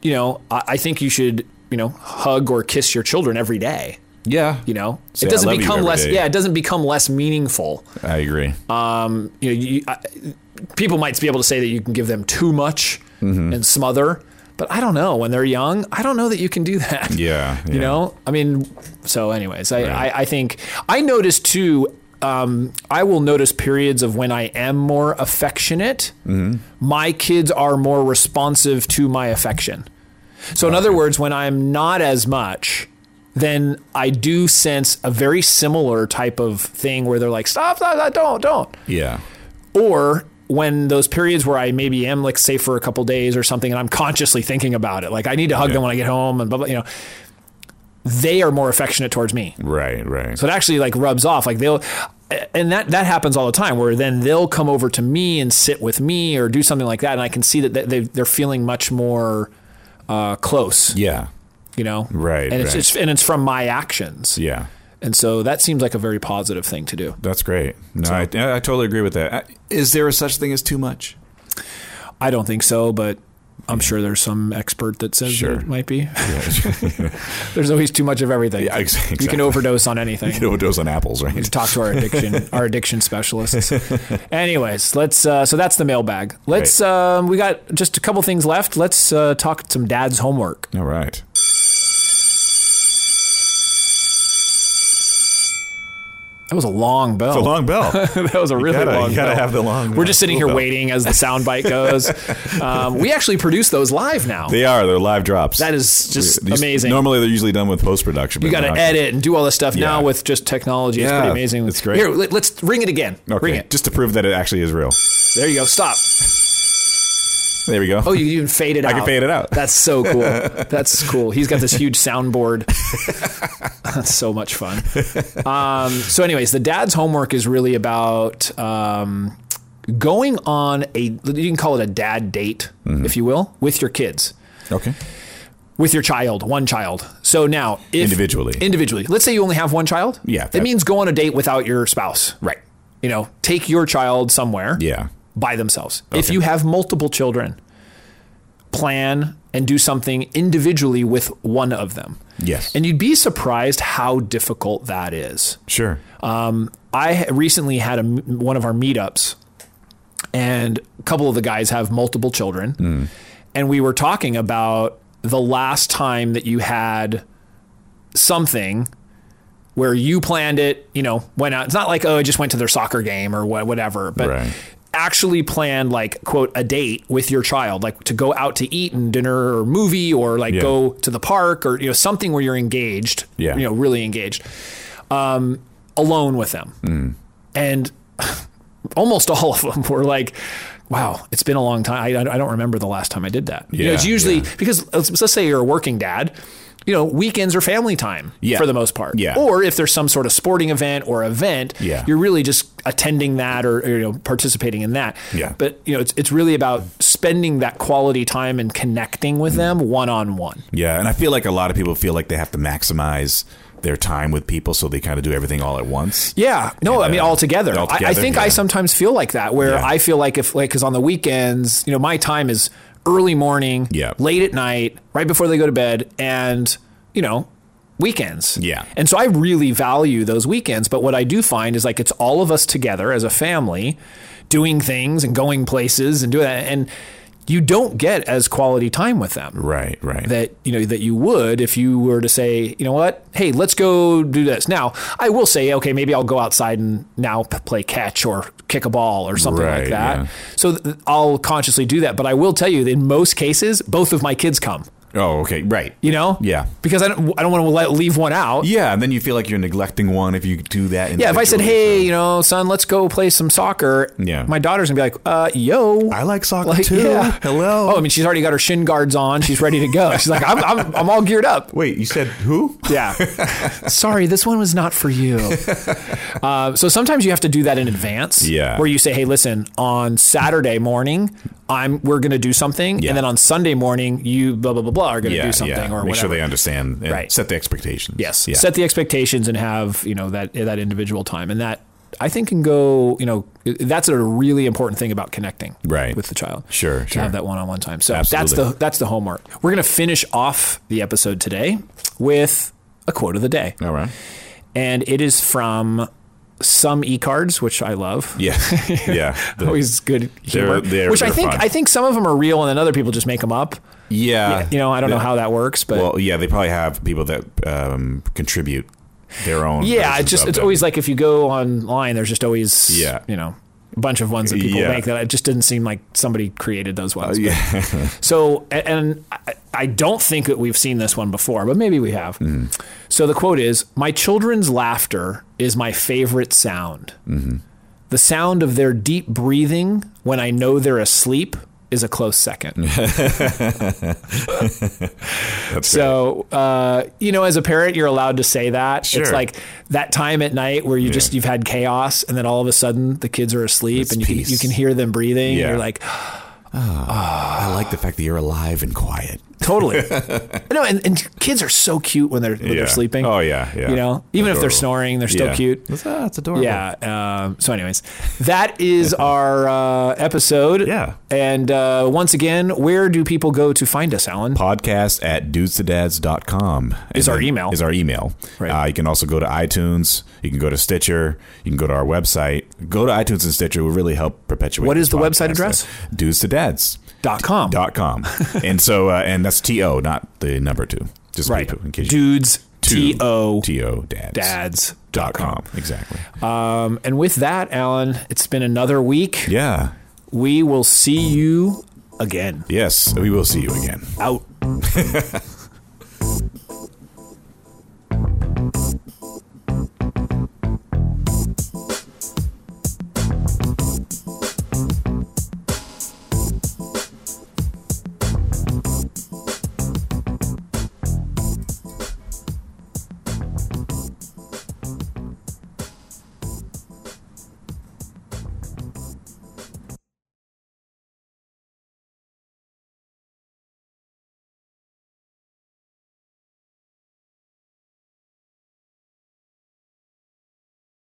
Speaker 1: You know, I, I think you should you know hug or kiss your children every day.
Speaker 3: Yeah.
Speaker 1: You know,
Speaker 3: Say,
Speaker 1: it
Speaker 3: "I
Speaker 1: doesn't
Speaker 3: love you
Speaker 1: become
Speaker 3: every
Speaker 1: less.
Speaker 3: day.
Speaker 1: Yeah, it doesn't become less meaningful.
Speaker 3: I agree.
Speaker 1: You know, you, I, people might be able to say that you can give them too much
Speaker 3: Mm-hmm.
Speaker 1: and smother, but I don't know when they're young. I don't know that you can do that.
Speaker 3: Yeah,
Speaker 1: [LAUGHS]
Speaker 3: yeah.
Speaker 1: You know, I mean, so anyways, I,
Speaker 3: Right.
Speaker 1: I, I think I notice too. Um, I will notice periods of when I am more affectionate.
Speaker 3: Mm-hmm.
Speaker 1: My kids are more responsive to my affection. So, in other words, when I'm not as much, then I do sense a very similar type of thing where they're like, stop, stop, stop don't, don't
Speaker 3: yeah.
Speaker 1: or when those periods where I maybe am like say for a couple days or something and I'm consciously thinking about it like I need to hug
Speaker 3: Yeah.
Speaker 1: them when I get home and blah blah you know they are more affectionate towards me
Speaker 3: Right. Right.
Speaker 1: so it actually like rubs off like they'll and that that happens all the time where then they'll come over to me and sit with me or do something like that and I can see that they- they they're feeling much more uh, close
Speaker 3: yeah.
Speaker 1: you know
Speaker 3: Right,
Speaker 1: and it's,
Speaker 3: right.
Speaker 1: it's and it's from my actions
Speaker 3: Yeah.
Speaker 1: and so that seems like a very positive thing to do
Speaker 3: That's great. No, I, I totally agree with that. Uh, I- Is there a such thing as too [LAUGHS] much?
Speaker 1: I don't think so, but I'm sure there's some expert that says
Speaker 3: Sure.
Speaker 1: there might be. [LAUGHS]
Speaker 3: [LAUGHS]
Speaker 1: there's always too much of everything.
Speaker 3: Yeah, ex-
Speaker 1: You
Speaker 3: exactly.
Speaker 1: can overdose on anything.
Speaker 3: [LAUGHS] You overdose on apples, right?
Speaker 1: Talk to our addiction, our addiction specialists. Anyways, let's. Uh, so that's the mailbag. Let's. Um, we got just a couple things left. Let's uh, talk some dad's homework.
Speaker 3: [LAUGHS] All right.
Speaker 1: That was a long bell.
Speaker 3: [LAUGHS] [LAUGHS] The long
Speaker 1: [LAUGHS]
Speaker 3: bell.
Speaker 1: that was a really
Speaker 3: gotta-
Speaker 1: long.
Speaker 3: you gotta
Speaker 1: bell.
Speaker 3: have the long
Speaker 1: We're just
Speaker 3: [LAUGHS]
Speaker 1: sitting here
Speaker 3: bell.
Speaker 1: waiting as the sound bite
Speaker 3: [LAUGHS]
Speaker 1: goes. um, we actually produce those live now.
Speaker 3: they are. They're live drops.
Speaker 1: that is just
Speaker 3: These-
Speaker 1: amazing.
Speaker 3: Normally they're usually done with post production.
Speaker 1: you got to edit and do all this stuff now
Speaker 3: Yeah.
Speaker 1: with just technology. It's
Speaker 3: Yeah,
Speaker 1: pretty amazing.
Speaker 3: it's great.
Speaker 1: Here, let, us ring it again.
Speaker 3: Okay.
Speaker 1: Ring it.
Speaker 3: Just to prove that it actually is real.
Speaker 1: There you go. Stop.
Speaker 3: There we go.
Speaker 1: Oh, you even faded out.
Speaker 3: can fade it out.
Speaker 1: That's so
Speaker 3: [LAUGHS]
Speaker 1: cool. That's cool. He's got this huge soundboard. [LAUGHS] That's so much fun. Um, so, anyways, the dad's homework is really about um, going on a, you can call it a dad date,
Speaker 3: Mm-hmm.
Speaker 1: if you will, with your kids.
Speaker 3: Okay.
Speaker 1: with your child, one child. So now, if
Speaker 3: Individually.
Speaker 1: individually, let's say you only have one child.
Speaker 3: Yeah,
Speaker 1: it
Speaker 3: that-
Speaker 1: means go on a date without your spouse.
Speaker 3: Right.
Speaker 1: You know, take your child somewhere.
Speaker 3: Yeah.
Speaker 1: by themselves. If you have multiple children, plan and do something individually with one of them.
Speaker 3: Yes.
Speaker 1: And you'd be surprised how difficult that is.
Speaker 3: Sure.
Speaker 1: Um, I ha- recently had a, m- one of our meetups, and a couple of the guys have multiple children,
Speaker 3: Hmm.
Speaker 1: and we were talking about the last time that you had something where you planned it. You know, went out. It's not like oh, I just went to their soccer game or wha- whatever, but.
Speaker 3: Right.
Speaker 1: Actually planned like quote a date with your child, like to go out to eat and dinner or movie or like
Speaker 3: Yeah.
Speaker 1: go to the park or you know something where you're engaged,
Speaker 3: Yeah.
Speaker 1: you know really engaged um, alone with them.
Speaker 3: Mm.
Speaker 1: And [LAUGHS] almost all of them were like, wow, it's been a long time. I, I don't remember the last time I did that. You know, it's
Speaker 3: Yeah,
Speaker 1: usually
Speaker 3: yeah.
Speaker 1: because let's, let's say you're a working dad. You know, weekends are family time
Speaker 3: Yeah.
Speaker 1: for the most part.
Speaker 3: Yeah.
Speaker 1: Or if there's some sort of sporting event or event,
Speaker 3: Yeah.
Speaker 1: you're really just attending that or, or, you know participating in that.
Speaker 3: Yeah.
Speaker 1: But you know, it's it's really about spending that quality time and connecting
Speaker 3: Mm.
Speaker 1: with them one on one.
Speaker 3: Yeah, and I feel like a lot of people feel like they have to maximize their time with people, so they kind of do everything all at once.
Speaker 1: Yeah. No, I
Speaker 3: And,
Speaker 1: mean,
Speaker 3: uh,
Speaker 1: altogether. I- I,
Speaker 3: altogether,
Speaker 1: think I
Speaker 3: yeah.
Speaker 1: sometimes feel like that, where
Speaker 3: Yeah.
Speaker 1: I feel like if, like, because on the weekends, you know, my time is early morning,
Speaker 3: Yeah.
Speaker 1: late at night, right before they go to bed, and, you know, weekends.
Speaker 3: Yeah.
Speaker 1: And so I really value those weekends. But what I do find is like it's all of us together as a family doing things and going places and doing that. And you don't get as quality time with them
Speaker 3: Right, right.
Speaker 1: that you know that you would if you were to say you know what hey let's go do this now i will say okay maybe i'll go outside and now p- play catch or kick a ball or something
Speaker 3: Right,
Speaker 1: like that
Speaker 3: yeah.
Speaker 1: so th- i'll consciously do that but i will tell you that in most cases both of my kids come
Speaker 3: oh, okay, right.
Speaker 1: you know
Speaker 3: Yeah.
Speaker 1: because i don't i don't want to let leave one out
Speaker 3: Yeah, and then you feel like you're neglecting one if you do that.
Speaker 1: yeah if i said hey
Speaker 3: individually,
Speaker 1: you know son let's go play some soccer
Speaker 3: Yeah.
Speaker 1: my daughter's gonna be like uh yo
Speaker 3: so- I like soccer
Speaker 1: Like,
Speaker 3: too.
Speaker 1: yeah.
Speaker 3: Hello.
Speaker 1: oh i mean she's already got her shin guards on she's ready to go she's like i'm, I'm, I'm all geared up
Speaker 3: wait, you
Speaker 1: [LAUGHS]
Speaker 3: said who?
Speaker 1: Yeah. Sorry, this one was not for
Speaker 3: [LAUGHS]
Speaker 1: you. Uh, so sometimes you have to do that in advance.
Speaker 3: Yeah.
Speaker 1: Where you say, hey, listen, on Saturday morning, I'm we're gonna do something,
Speaker 3: Yeah.
Speaker 1: and then on Sunday morning, you blah blah blah blah are gonna do something or
Speaker 3: Make
Speaker 1: whatever.
Speaker 3: sure they understand. And
Speaker 1: Right.
Speaker 3: Set the expectations.
Speaker 1: yes.
Speaker 3: Yeah.
Speaker 1: Set the expectations and have you know that that individual time, and that I think can go. You know, that's a really important thing about connecting
Speaker 3: Right.
Speaker 1: with the child.
Speaker 3: Sure,
Speaker 1: To
Speaker 3: sure.
Speaker 1: have that one-on-one time. So that's
Speaker 3: Absolutely.
Speaker 1: the that's the homework. We're gonna finish off the episode today with a quote of the day
Speaker 3: All right.
Speaker 1: and it is from some e-cards, which I love. [LAUGHS]
Speaker 3: Yeah. yeah. The-
Speaker 1: Always good humor,
Speaker 3: they're-
Speaker 1: which I
Speaker 3: they're
Speaker 1: think
Speaker 3: fun.
Speaker 1: I think some of them are real, and then other people just make them up.
Speaker 3: yeah.
Speaker 1: You know, I don't know
Speaker 3: The-
Speaker 1: how that works, but
Speaker 3: Well, yeah, they probably have people that um, contribute their own.
Speaker 1: yeah,
Speaker 3: versions
Speaker 1: it's just
Speaker 3: of
Speaker 1: it's
Speaker 3: them.
Speaker 1: always like if you go online, there's just always
Speaker 3: Yeah.
Speaker 1: you know a bunch of ones that people
Speaker 3: Yeah. Uh,
Speaker 1: make that it just didn't seem like somebody created those ones.
Speaker 3: Yeah. [LAUGHS]
Speaker 1: So, a- and I- I don't think that we've seen this one before, but maybe we have.
Speaker 3: Hmm.
Speaker 1: So the quote is My children's laughter is my favorite sound.
Speaker 3: Mm-hmm.
Speaker 1: The sound of their deep breathing when I know they're asleep is a close
Speaker 3: [LAUGHS]
Speaker 1: second. so, uh, you know, as a parent, you're allowed to say that. It's
Speaker 3: Sure.
Speaker 1: like that time at night where you just, you've had chaos and then all of a sudden the kids are asleep and you can,
Speaker 3: peace.
Speaker 1: you can hear them breathing.
Speaker 3: Yeah.
Speaker 1: And you're like, [GASPS]
Speaker 3: I like the fact that you're alive and quiet. [LAUGHS]
Speaker 1: Totally. no, and, and kids are so cute when they're when
Speaker 3: Yeah.
Speaker 1: they're sleeping.
Speaker 3: Oh, yeah, yeah.
Speaker 1: You know, even if they're
Speaker 3: Adorable.
Speaker 1: snoring, they're still
Speaker 3: Yeah.
Speaker 1: cute.
Speaker 3: That's, ah, that's adorable.
Speaker 1: Yeah. Um, so, anyways, that
Speaker 3: [LAUGHS]
Speaker 1: is our uh, episode.
Speaker 3: Yeah.
Speaker 1: And uh, once again, where do people go to find us, Alan?
Speaker 3: podcast at dudesdads.com
Speaker 1: Is our email.
Speaker 3: is our email
Speaker 1: Right.
Speaker 3: uh, you can also go to itunes you can go to stitcher you can go to our website go to itunes and stitcher will really help perpetuate
Speaker 1: What
Speaker 3: this
Speaker 1: is the website
Speaker 3: podcast.
Speaker 1: address?
Speaker 3: dudes to dads
Speaker 1: Dot com.
Speaker 3: dot com
Speaker 1: [LAUGHS]
Speaker 3: and so uh, and that's to not the number two just
Speaker 1: right.
Speaker 3: people in case you
Speaker 1: Dudes. T O
Speaker 3: to dads
Speaker 1: dads.
Speaker 3: dot com exactly
Speaker 1: Um, and with that, Alan, it's been another week.
Speaker 3: yeah
Speaker 1: We will see you again.
Speaker 3: yes we will see you again
Speaker 1: Out.